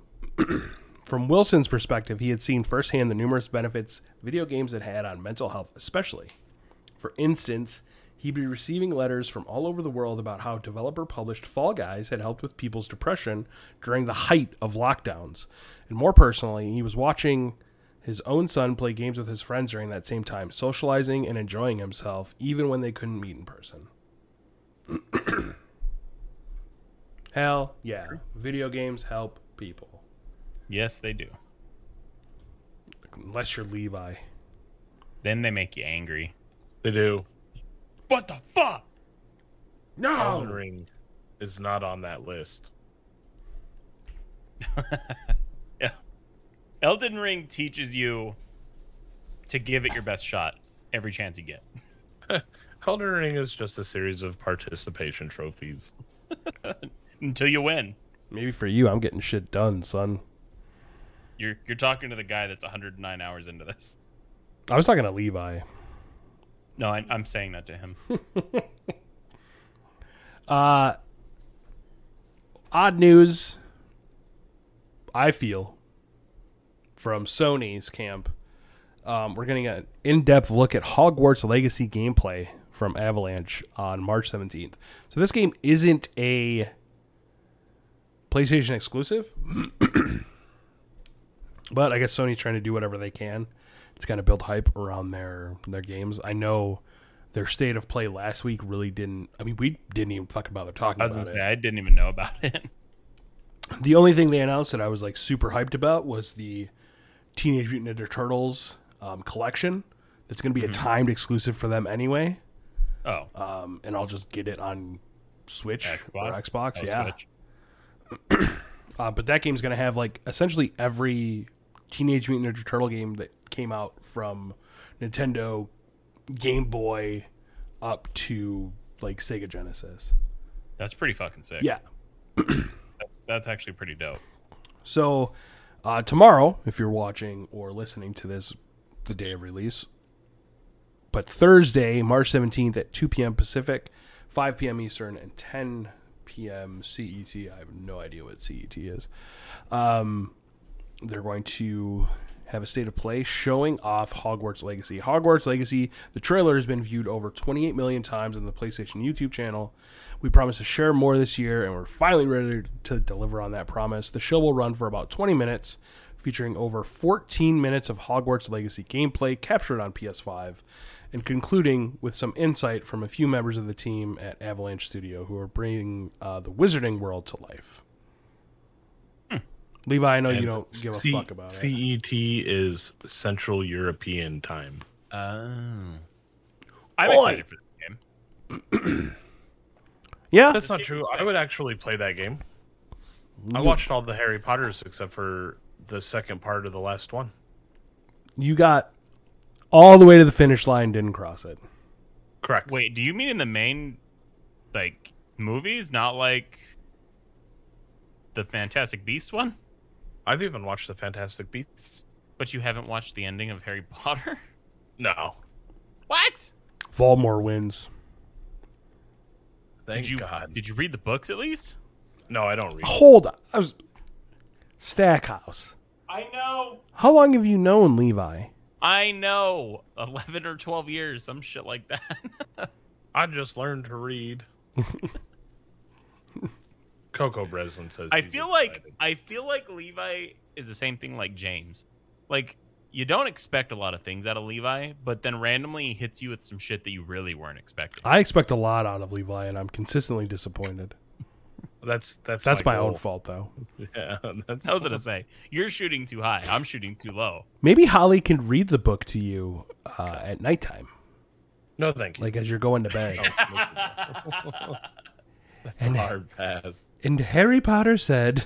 From Wilson's perspective, he had seen firsthand the numerous benefits video games had had on mental health, especially. For instance, he'd be receiving letters from all over the world about how developer published Fall Guys had helped with people's depression during the height of lockdowns. And more personally, he was watching his own son play games with his friends during that same time, socializing and enjoying himself, even when they couldn't meet in person. Hell yeah. Video games help people.
Yes, they do.
Unless you're Levi.
Then they make you angry.
They do.
What the fuck?
Elden Ring is not on that list.
Yeah. Elden Ring teaches you to give it your best shot every chance you get.
Elden Ring is just a series of participation trophies.
Until you win.
Maybe for you, I'm getting shit done, son.
You're you're talking to the guy that's 109 hours into this.
I was talking to Levi.
No, I, I'm saying that to him.
Odd news, I feel, from Sony's camp. Um, we're getting an in depth look at Hogwarts Legacy gameplay from Avalanche on March 17th. So, this game isn't a PlayStation exclusive, but I guess Sony's trying to do whatever they can to kind of build hype around their their games. I know their state of play last week really didn't. I mean, we didn't even fucking bother talking
I was
about
gonna
it.
say I didn't even know about it.
The only thing they announced that I was like super hyped about was the Teenage Mutant Ninja Turtles um, collection. That's going to be
Mm-hmm.
a timed exclusive for them anyway,
Oh,
um, and I'll just get it on Switch or
Xbox.
Xbox.
Oh,
yeah,
Switch.
Uh, but that game's going to have like essentially every Teenage Mutant Ninja Turtle game that came out from Nintendo, Game Boy, up to like Sega Genesis.
That's pretty fucking sick.
Yeah,
that's, that's actually pretty dope.
So uh, tomorrow, if you're watching or listening to this, the day of release, but Thursday, March 17th at 2 p.m. Pacific, 5 p.m. Eastern, and 10 p.m. CET. E I have no idea what CET is. Um, they're going to have a state of play showing off Hogwarts Legacy. Hogwarts Legacy, the trailer has been viewed over 28 million times on the PlayStation YouTube channel. We promise to share more this year, and we're finally ready to deliver on that promise. The show will run for about 20 minutes, featuring over 14 minutes of Hogwarts Legacy gameplay captured on PS5, and concluding with some insight from a few members of the team at Avalanche Studio who are bringing uh, the Wizarding World to life. Levi, I know you don't give a
C-
fuck about it.
CET is Central European time.
Uh,
I'm excited for this game.
Yeah,
That's not true. I would actually play that game. I watched all the Harry Potters except for the second part of the last one.
you got all the way to the finish line, didn't cross it.
Correct.
Wait, do you mean in the main, like, movies, not like the Fantastic Beasts one?
I've even watched the Fantastic Beasts.
But you haven't watched the ending of Harry Potter?
No.
What?
Voldemort wins.
Thank
did you
God.
did you read the books at least?
No, I don't read.
Hold on. I was Stackhouse.
I know.
How long have you known Levi?
I know. Eleven or twelve years, some shit like that.
I just learned to read. Coco Breslin says.
I
he's
feel like
excited.
I feel like Levi is the same thing like James. Like you don't expect a lot of things out of Levi, but then randomly he hits you with some shit that you really weren't expecting.
I expect a lot out of Levi, and I'm consistently disappointed.
That's that's
That's my
goal.
own fault, though.
Yeah, that's
I was gonna say you're shooting too high. I'm shooting too low.
Maybe Holly can read the book to you uh, at nighttime,
no thank you.
like as you're going to bed.
that's a hard pass.
and Harry Potter said,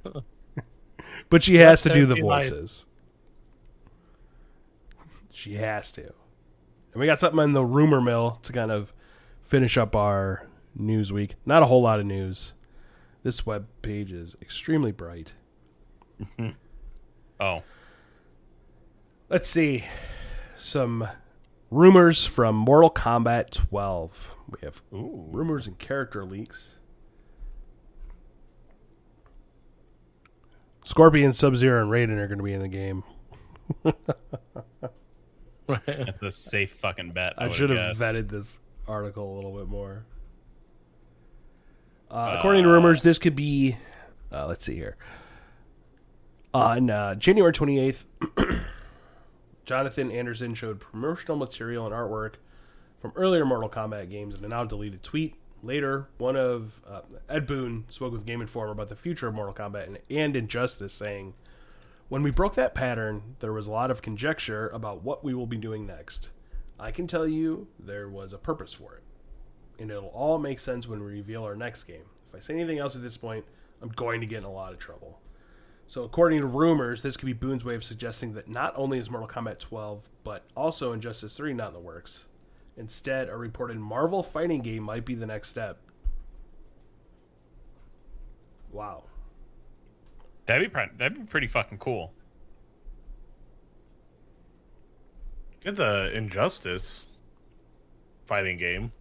but she has to do the
That'd be like-
voices. She has to. And we got something in the rumor mill to kind of finish up our news week. Not a whole lot of news. This web page is extremely bright.
Oh,
Let's see. Some rumors from Mortal Kombat 12. We have rumors and character leaks. Scorpion, Sub Zero, and Raiden are going to be in the game.
that's a safe fucking bet. I,
I
would've
should have
guessed.
vetted this article a little bit more. Uh, according to rumors, this could be. Uh, let's see here. On uh, January 28th, Jonathan Anderson showed promotional material and artwork from earlier Mortal Kombat games in a now deleted tweet. Later, one of uh, Ed Boon spoke with Game Informer about the future of Mortal Kombat and, and Injustice, saying, when we broke that pattern, there was a lot of conjecture about what we will be doing next. I can tell you there was a purpose for it. And it'll all make sense when we reveal our next game. If I say anything else at this point, I'm going to get in a lot of trouble. So, according to rumors, this could be Boone's way of suggesting that not only is Mortal Kombat 12, but also Injustice 3 not in the works. Instead, a reported Marvel fighting game might be the next step. Wow.
That'd be pr- that'd be pretty fucking cool.
Get the injustice fighting game.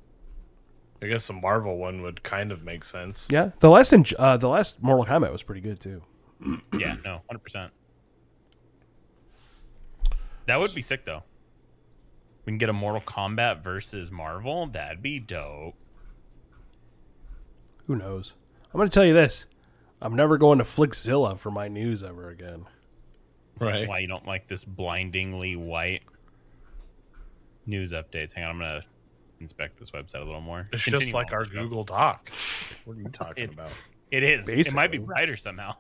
I guess the Marvel one would kind of make sense.
Yeah, the last in, uh, the last Mortal Kombat was pretty good too.
Yeah, no, hundred percent. That would be sick though. We can get a Mortal Kombat versus Marvel. That'd be dope.
Who knows? I'm gonna tell you this: I'm never going to Flickzilla for my news ever again.
Right.
Why you don't like this blindingly white news updates? Hang on, I'm gonna inspect this website a little more.
It's
Continue
just like
on,
our
Joe.
Google Doc. What are you talking
It-
about?
It is. It might
Basically.
be brighter somehow.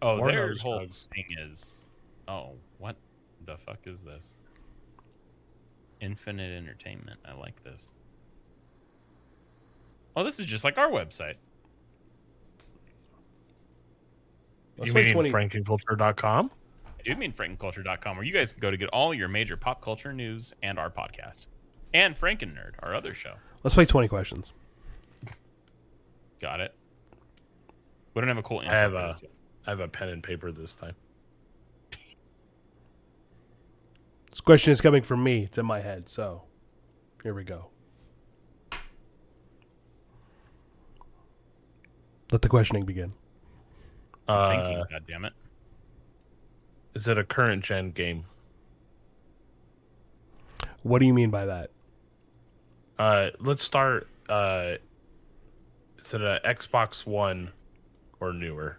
Oh,
More
their
nose
whole
drugs.
thing is. Oh, what the fuck is this? Infinite Entertainment. I like this. Oh, this is just like our website.
That's
You
like
mean
20
frankenculture.com?
I do mean frankenculture.com, where you guys can go to get all your major pop culture news and our podcast. And Franken Nerd, our other show.
Let's play 20 questions.
Got it. We don't have a cool answer.
I have
for
a
this yet.
I have a pen and paper this time.
This question is coming from me. It's in my head. So, here we go. Let the questioning begin.
Oh, Thank you,
Uh,
God damn it.
is it a current gen game?
What do you mean by that?
Uh, let's start. Uh, is it a Xbox One or newer?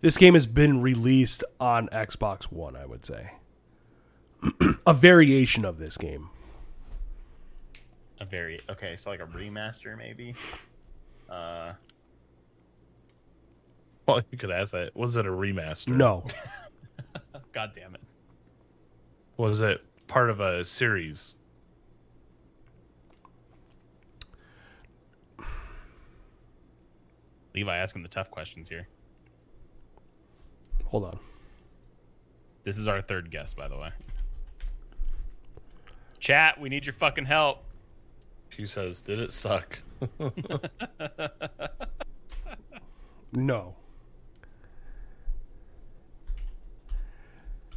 This game has been released on Xbox One. I would say a variation of this game.
a very okay so like a remaster maybe uh
Well, you could ask that. Was it a remaster?
No,
god damn it
Was it part of a series?
levi asking the tough questions here
hold on.
this is our third guess by the way chat we need your fucking help
He says, "Did it suck?"
No.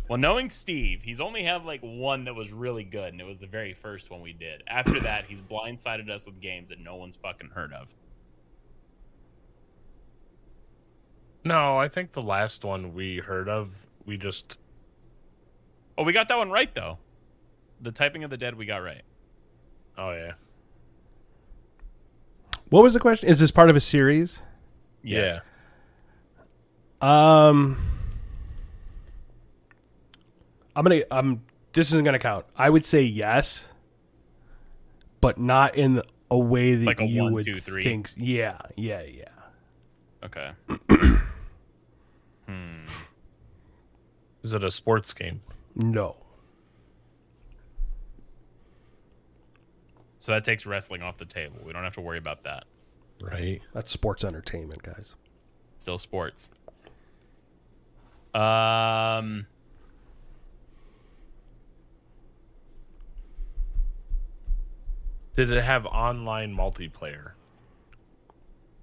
well knowing steve he's only had like one that was really good and it was the very first one we did after that he's blindsided us with games that no one's fucking heard of
No, I think the last one we heard of, we just
oh we got that one right though the typing of the dead we got right
oh yeah
What was the question? Is this part of a series?
Yes.
Um, I'm gonna. I'm this isn't gonna count. I would say yes, but not in the- a way that
Like a
you
one,
would
two, three?
think. Yeah, yeah, yeah.
Okay.
Is it a sports game?
No.
So that takes wrestling off the table. We don't have to worry about that.
Right.
That's sports entertainment, guys.
Still sports. Um.
Did it have online multiplayer?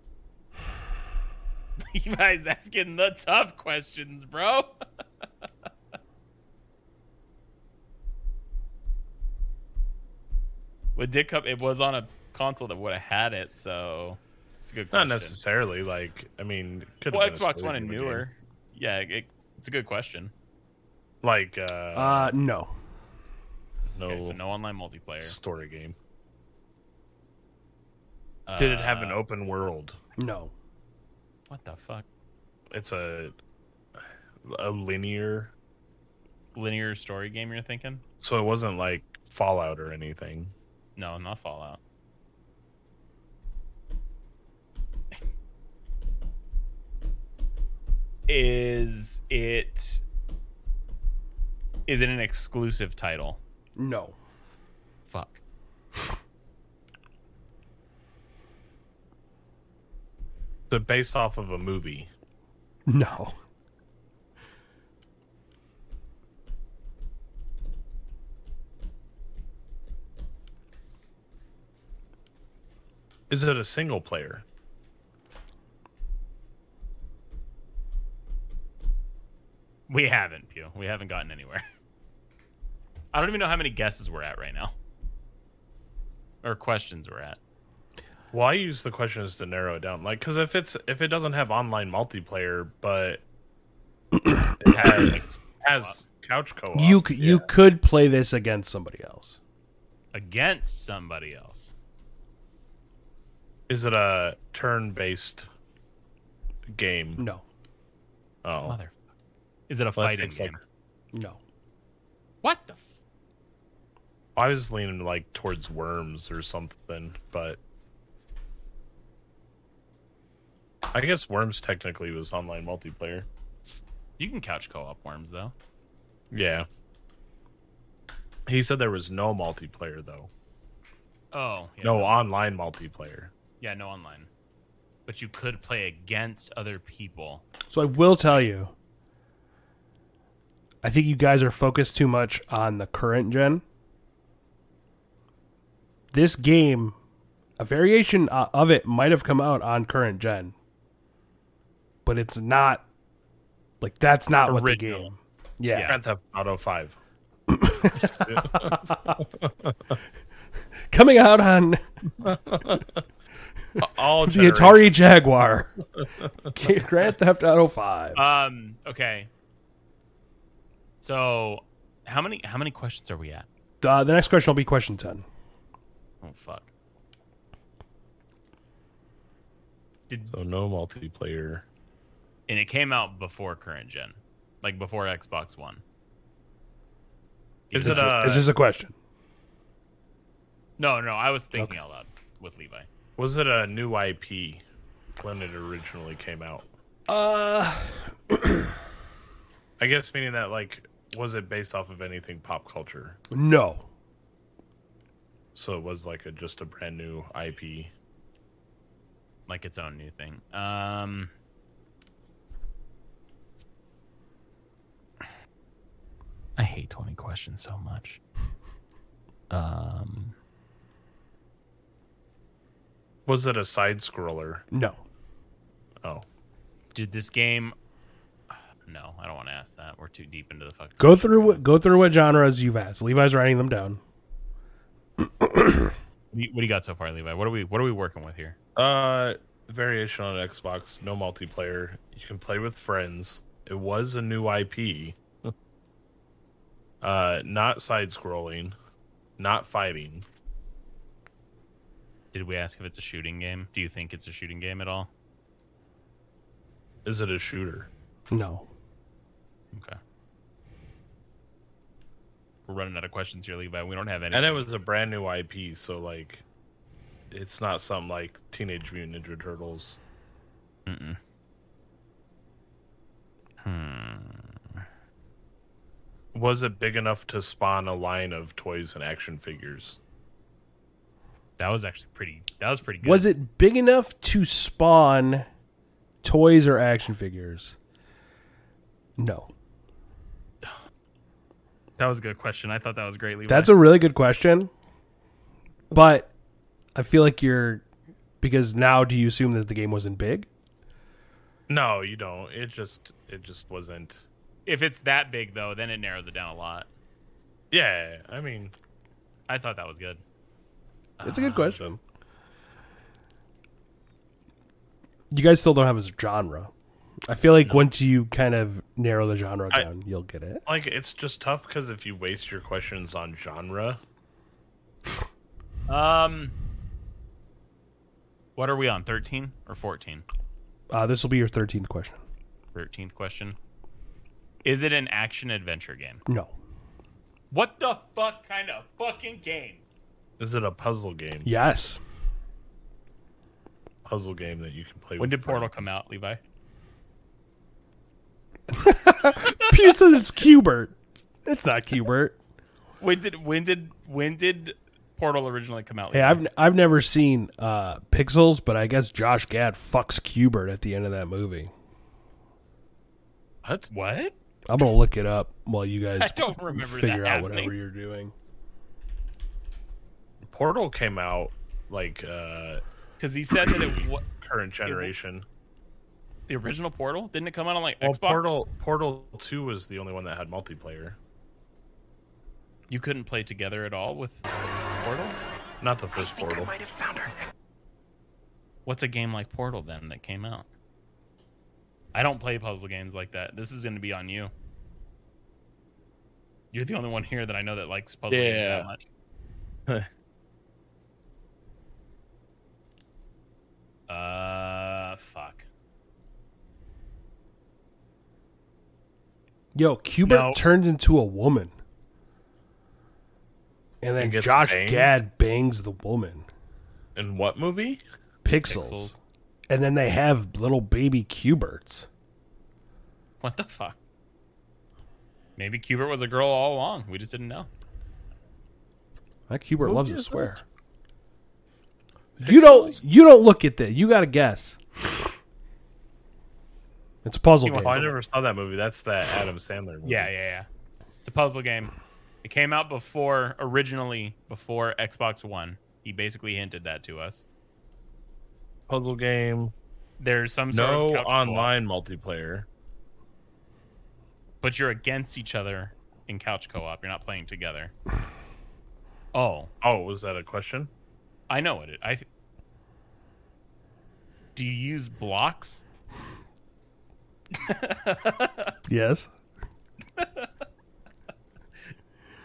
Levi's asking the tough questions, bro. With Dick Cup, it was on a console that would have had it, so it's a good
Not
question.
necessarily. Like, I mean, it could have
Well,
been a
Xbox
sport
One and
game.
newer. Yeah, it, it's a good question.
Like, uh,
Uh, no.
no,
Okay, so no online multiplayer.
story game. Did it have an
Uh,
open world?
No.
What the fuck?
It's a a linear,
Linear story game? You're thinking?
so it wasn't like Fallout or anything.
No, not Fallout. Is it is it an exclusive title?
No.
Fuck.
So based off of a movie.
No.
Is it a single player?
We haven't, Pew. We haven't gotten anywhere. I don't even know how many guesses we're at right now. Or questions we're at.
Well, I use the questions to narrow it down. Like, because if it's if it doesn't have online multiplayer, but it has, has couch co-op,
you c- you could play this against somebody else.
Against somebody else.
is it a turn-based game?
No.
Oh,
Mother. Is it a
Well, that
fighting
takes, like-
game?
No.
What the
I was leaning like towards worms or something, but I guess worms technically was online multiplayer.
You can couch co-op worms though.
Yeah. He said there was no multiplayer though.
Oh, yeah.
No online multiplayer.
Yeah, no online. But you could play against other people.
So I will tell you. I think you guys are focused too much on the current gen. This game, a variation uh, of it might have come out on current gen. But it's not like that's not what the
Original.
game. Yeah.
Yeah.
Grand Theft Auto Five.
Coming out on
All
the Atari Jaguar. Grand Theft Auto 5.
Um, okay. So, how many how many questions are we at?
Uh, the next question will be question 10.
Oh fuck.
So no multiplayer.
And it came out before current gen. Like before Xbox 1.
Is
This
it
Uh,
a?
is this a question?
No, no, I was thinking out loud with Levi.
was it a new IP when it originally came out?
Uh,
I guess meaning that like was it based off of anything pop culture?
no.
So it was like a just a brand new IP.
Like its own new thing. Um I hate 20 questions so much. Um
Was it a side scroller?
No.
Oh,
did this game no i don't want to ask that we're too deep into the fuck
Go through what go through what genres you've asked. Levi's writing them down.
what do you- what do you got so far levi what are we what are we working with here
Uh, variation on Xbox, no multiplayer. You can play with friends. It was a new IP. uh, not side scrolling, not fighting.
did we ask if it's a shooting game do you think it's a shooting game at all
Is it a shooter?
No.
okay We're running out of questions here, Levi. We don't have any.
And it was a brand new IP, so like, it's not something like Teenage Mutant Ninja Turtles.
Mm-mm.
Hmm. Was it big enough to spawn a line of toys and action figures?
That was actually pretty. That was pretty good.
Was it big enough to spawn toys or action figures? No.
That was a good question. I thought that was great, Levi.
That's a really good question. But I feel like you're because now do you assume that the game wasn't big?
No, you don't. It just it just wasn't.
if it's that big though, then it narrows it down a lot.
Yeah, I mean,
I thought that was good.
It's a good question. You guys still don't have a genre. I feel like once you kind of narrow the genre
I-
down, you'll get it.
like it's just tough because if you waste your questions on genre,
Um, what are we on? Thirteen or fourteen?
Uh, this will be your thirteenth question.
Thirteenth question. Is it an action adventure game?
No.
What the fuck kind of fucking game?
is it a puzzle game?
Yes.
Puzzle game that you can play.
When
with
did Portal
friends.
come out, Levi?
Pew says it's Cubert. It's not Cubert.
When did when did when did Portal originally come out?
Hey, I've I've never seen uh, Pixels, but I guess Josh Gad fucks Cubert at the end of that movie.
what? What?
I'm gonna look it up while you guys
I don't remember
figure out
that happening.
whatever you're doing.
Portal came out like uh
Because he said that it wa-
current generation.
the original Portal didn't it come out on like
Well,
Xbox?
Portal Portal Two was the only one that had multiplayer.
You couldn't play together at all with Portal.
Not the first Portal.
What's a game like Portal then that came out? I don't play puzzle games like that. This is going to be on you. You're the only one here that I know that likes puzzle games
Yeah.
that much. Uh, fuck.
Yo, Cubert
No.
turns into a woman, and then
And gets
Josh
banged?
Gad bangs the woman.
In what movie?
Pixels.
Pixels.
and then they have little baby Cuberts.
What the fuck? Maybe Cubert was a girl all along. We just didn't know.
That Cubert loves to
is
swear.
this?
You don't. You don't look at that. You got to guess. It's a puzzle
You
game.
want
Oh, I never saw that movie. That's that Adam Sandler movie.
Yeah, yeah, yeah. It's a puzzle game. It came out before originally before Xbox One. He basically hinted that to us.
Puzzle game.
There's some sort
No
of couch co-op,
online multiplayer.
but you're against each other in couch co-op. You're not playing together. Oh,
Oh, was that a question?
I know what it. I th- do you use blocks?
Yes.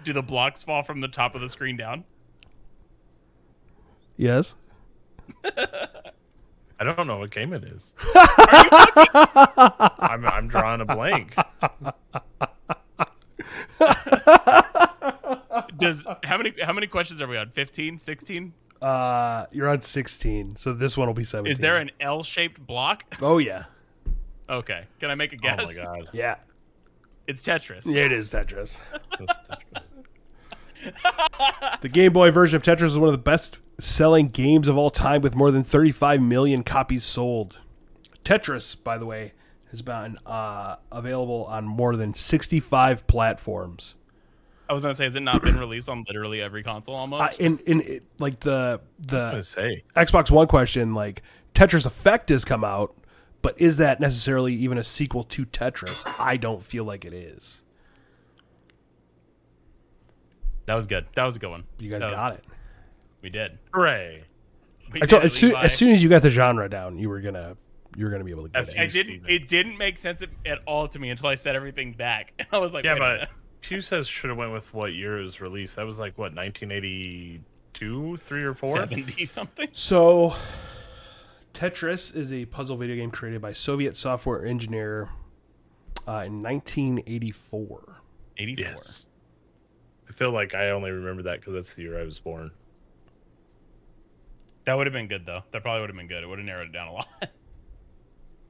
Do the blocks fall from the top of the screen down?
Yes.
I don't know what game it is. I'm, I'm drawing a blank.
Does how many how many questions are we on? 15, 16?
Uh, you're on sixteen, so this one will be seventeen.
Is there an L-shaped block?
Oh yeah.
Okay. Can I make a
Oh
guess?
my god.
Yeah.
It's Tetris.
Yeah, it is Tetris.
That's Tetris.
The Game Boy version of Tetris is one of the best selling games of all time with more than 35 million copies sold. Tetris, by the way, has been uh, available on more than 65 platforms.
I was gonna say, has it not been released on literally every console
Uh,
almost?
in in it, like the
I
the
was gonna say
Xbox One question, like Tetris Effect has come out, but is that necessarily even a sequel to Tetris? I don't feel like it is.
that was good. That was a good one.
You guys
That was-
got it.
We did.
hooray.
We
I told,
did,
as, soon,
Levi.
as soon as you got the genre down, you were gonna you were gonna be able to get
F
it.
I
you,
didn't.
Steven.
It didn't make sense at- at all to me until I said everything back. I was like,
Yeah,
wait a
but
minute.
Pew says should have went with what year it was released. That was like what 1982, three or four.
seventy something.
So, Tetris is a puzzle video game created by Soviet software engineer uh, in 1984.
Eighty four.
Yes. I feel like I only remember that because that's the year I was born.
That would have been good though. That probably would have been good. It would have narrowed it down a lot.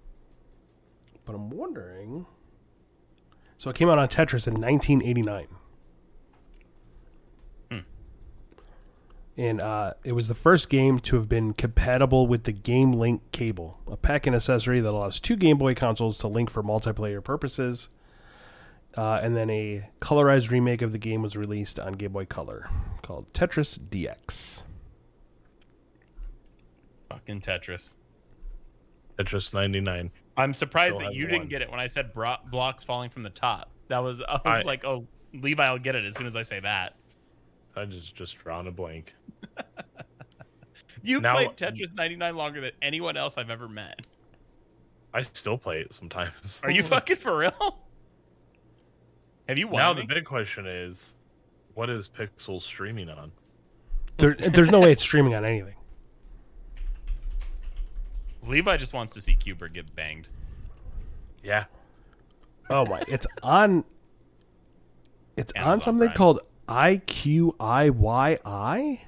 But I'm wondering. So it came out on Tetris in 1989. And uh, it was the first game to have been compatible with the Game Link cable, a pack and accessory that allows two Game Boy consoles to link for multiplayer purposes. Uh, and then a colorized remake of the game was released on Game Boy Color called Tetris DX.
Fucking Tetris.
Tetris 99.
I'm surprised
Still
that
has
you
one.
didn't get it when I said bro- blocks falling from the top. That was I was
I-
like, oh, Levi will get it as soon as I say that.
I just just drawn a blank.
You
Now-
played Tetris 99 longer than anyone else I've ever met.
I still play it sometimes.
Are you fucking for real? Have you
Now
won?
the big question is, what is Pixel streaming on?
There, there's no way it's streaming on anything.
Levi just wants to see Cuber get banged.
Yeah,
Oh my! It's on. It's on
Amazon
something
Prime.
called IQIYI.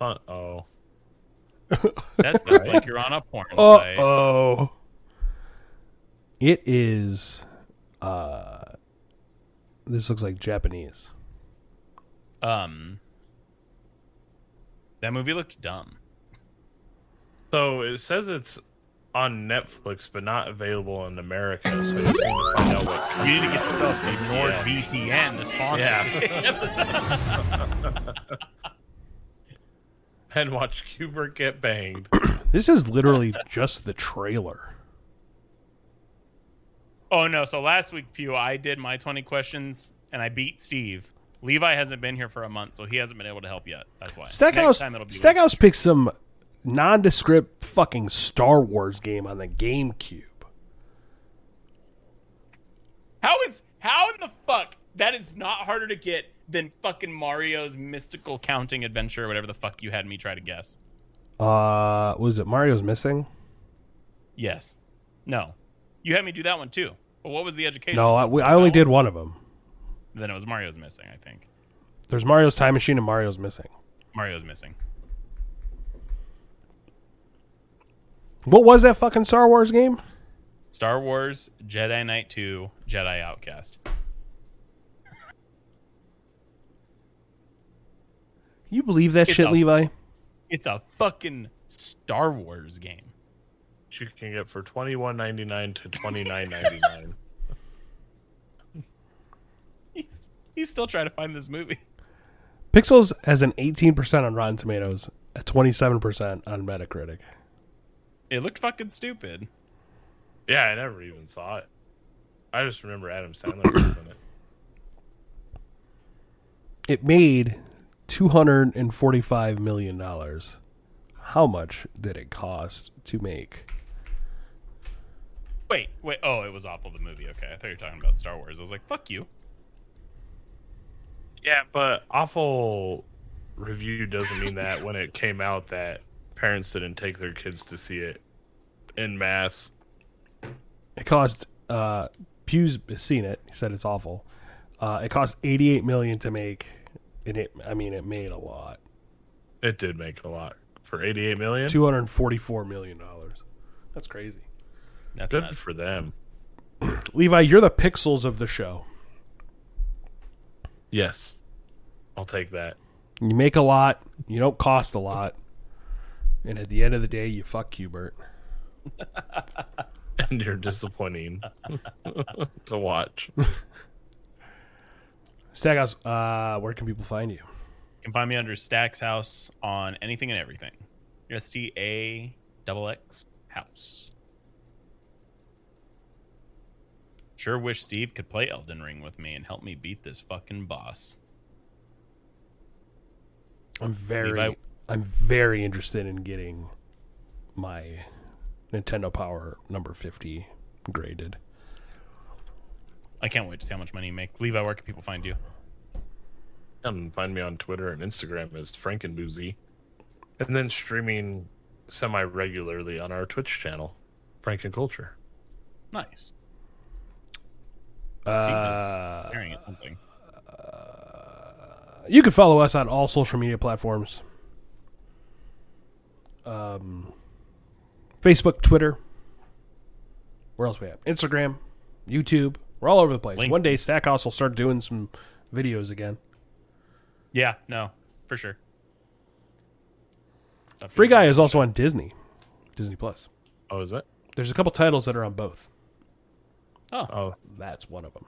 Uh oh.
That sounds like you're on a porn site.
oh. It is. Uh, this looks like Japanese.
Um, that movie looked dumb.
So it says it's on Netflix, but not available in America. So you just need to find out what.
You need to get yourself some NordVPN, the sponsor.
And watch Kubrick get banged.
This is literally just the trailer.
Oh no! So last week, Pew, I did my 20 questions and I beat Steve. Levi hasn't been here for a month, so he hasn't been able to help yet. That's why. Next
Stackhouse.
time it'll be
Stackhouse picked some nondescript fucking Star Wars game on the GameCube.
How is how in the fuck that is not harder to get than fucking Mario's mystical counting adventure, or whatever the fuck you had me try to guess.
Uh, was it Mario's missing?
Yes. No. You had me do that one too. But what was the education?
No, I, we, I only did one of them.
Then it was Mario's missing. I think
There's Mario's Time Machine and Mario's missing.
Mario's missing.
What was that fucking Star Wars game?
Star Wars Jedi Knight 2 Jedi Outcast.
You believe that
It's
shit,
a-
Levi?
It's a fucking Star Wars game.
Which you can get for twenty one ninety nine to twenty nine ninety nine.
He's, he's still trying to find this movie.
Pixels has an 18% on Rotten Tomatoes, a 27% on Metacritic.
It looked fucking stupid.
Yeah, I never even saw it. I just remember Adam Sandler was in it.
It made $245 million. How much did it cost to make?
Wait, wait. Oh, it was awful, the movie. Okay. I thought you were talking about Star Wars. I was like, fuck you.
Yeah, but awful review doesn't mean that when it came out that parents didn't take their kids to see it in mass.
It cost, uh, Pew's seen it. He said it's awful. Uh, it cost 88 million to make, and it, I mean, it made a lot.
It did make a lot for eighty eight million.
244 million dollars. That's crazy.
That's
Good
nuts.
for them.
Levi, you're the pixels of the show.
Yes, I'll take that.
You make a lot, you don't cost a lot, and at the end of the day, you fuck Hubert.
and you're disappointing to watch.
Stackhouse, uh, where can people find you?
You can find me under Stacks House on anything and everything. S T A double X House. Sure wish Steve could play Elden Ring with me and help me beat this fucking boss.
I'm very,
Levi-
I'm very interested in getting my Nintendo Power number fifty graded.
I can't wait to see how much money you make. Levi, where can people find you?
And Um, find me on Twitter and Instagram as Frankenboozy. And then streaming semi regularly on our Twitch channel, Franken Culture.
Nice.
Uh,
Staring at something.
you can follow us on all social media platforms um, Facebook, Twitter. Where else we have? Instagram, YouTube. We're all over the place.
Link.
One day Stackhouse will start doing some videos again.
Yeah, no, for sure.
Free Guy is also on Disney, Disney Plus.
Oh, is it?
There's a couple titles that are on both.
Oh,
Oh,
That's one of them.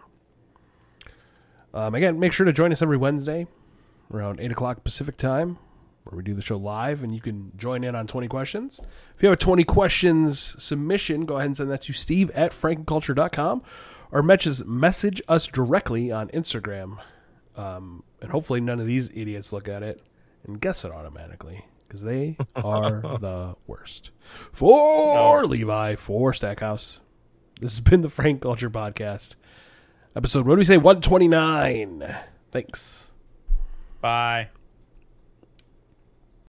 Um, again, make sure to join us every Wednesday around 8 o'clock Pacific time where we do the show live and you can join in on 20 questions. If you have a 20 questions submission, go ahead and send that to steve at frankenculture.com or messages, message us directly on Instagram. Um, and hopefully none of these idiots look at it and guess it automatically because they are the worst. For Levi, for Stackhouse, this has been the Frank Culture Podcast. Episode, what do we say, 129. Thanks.
bye.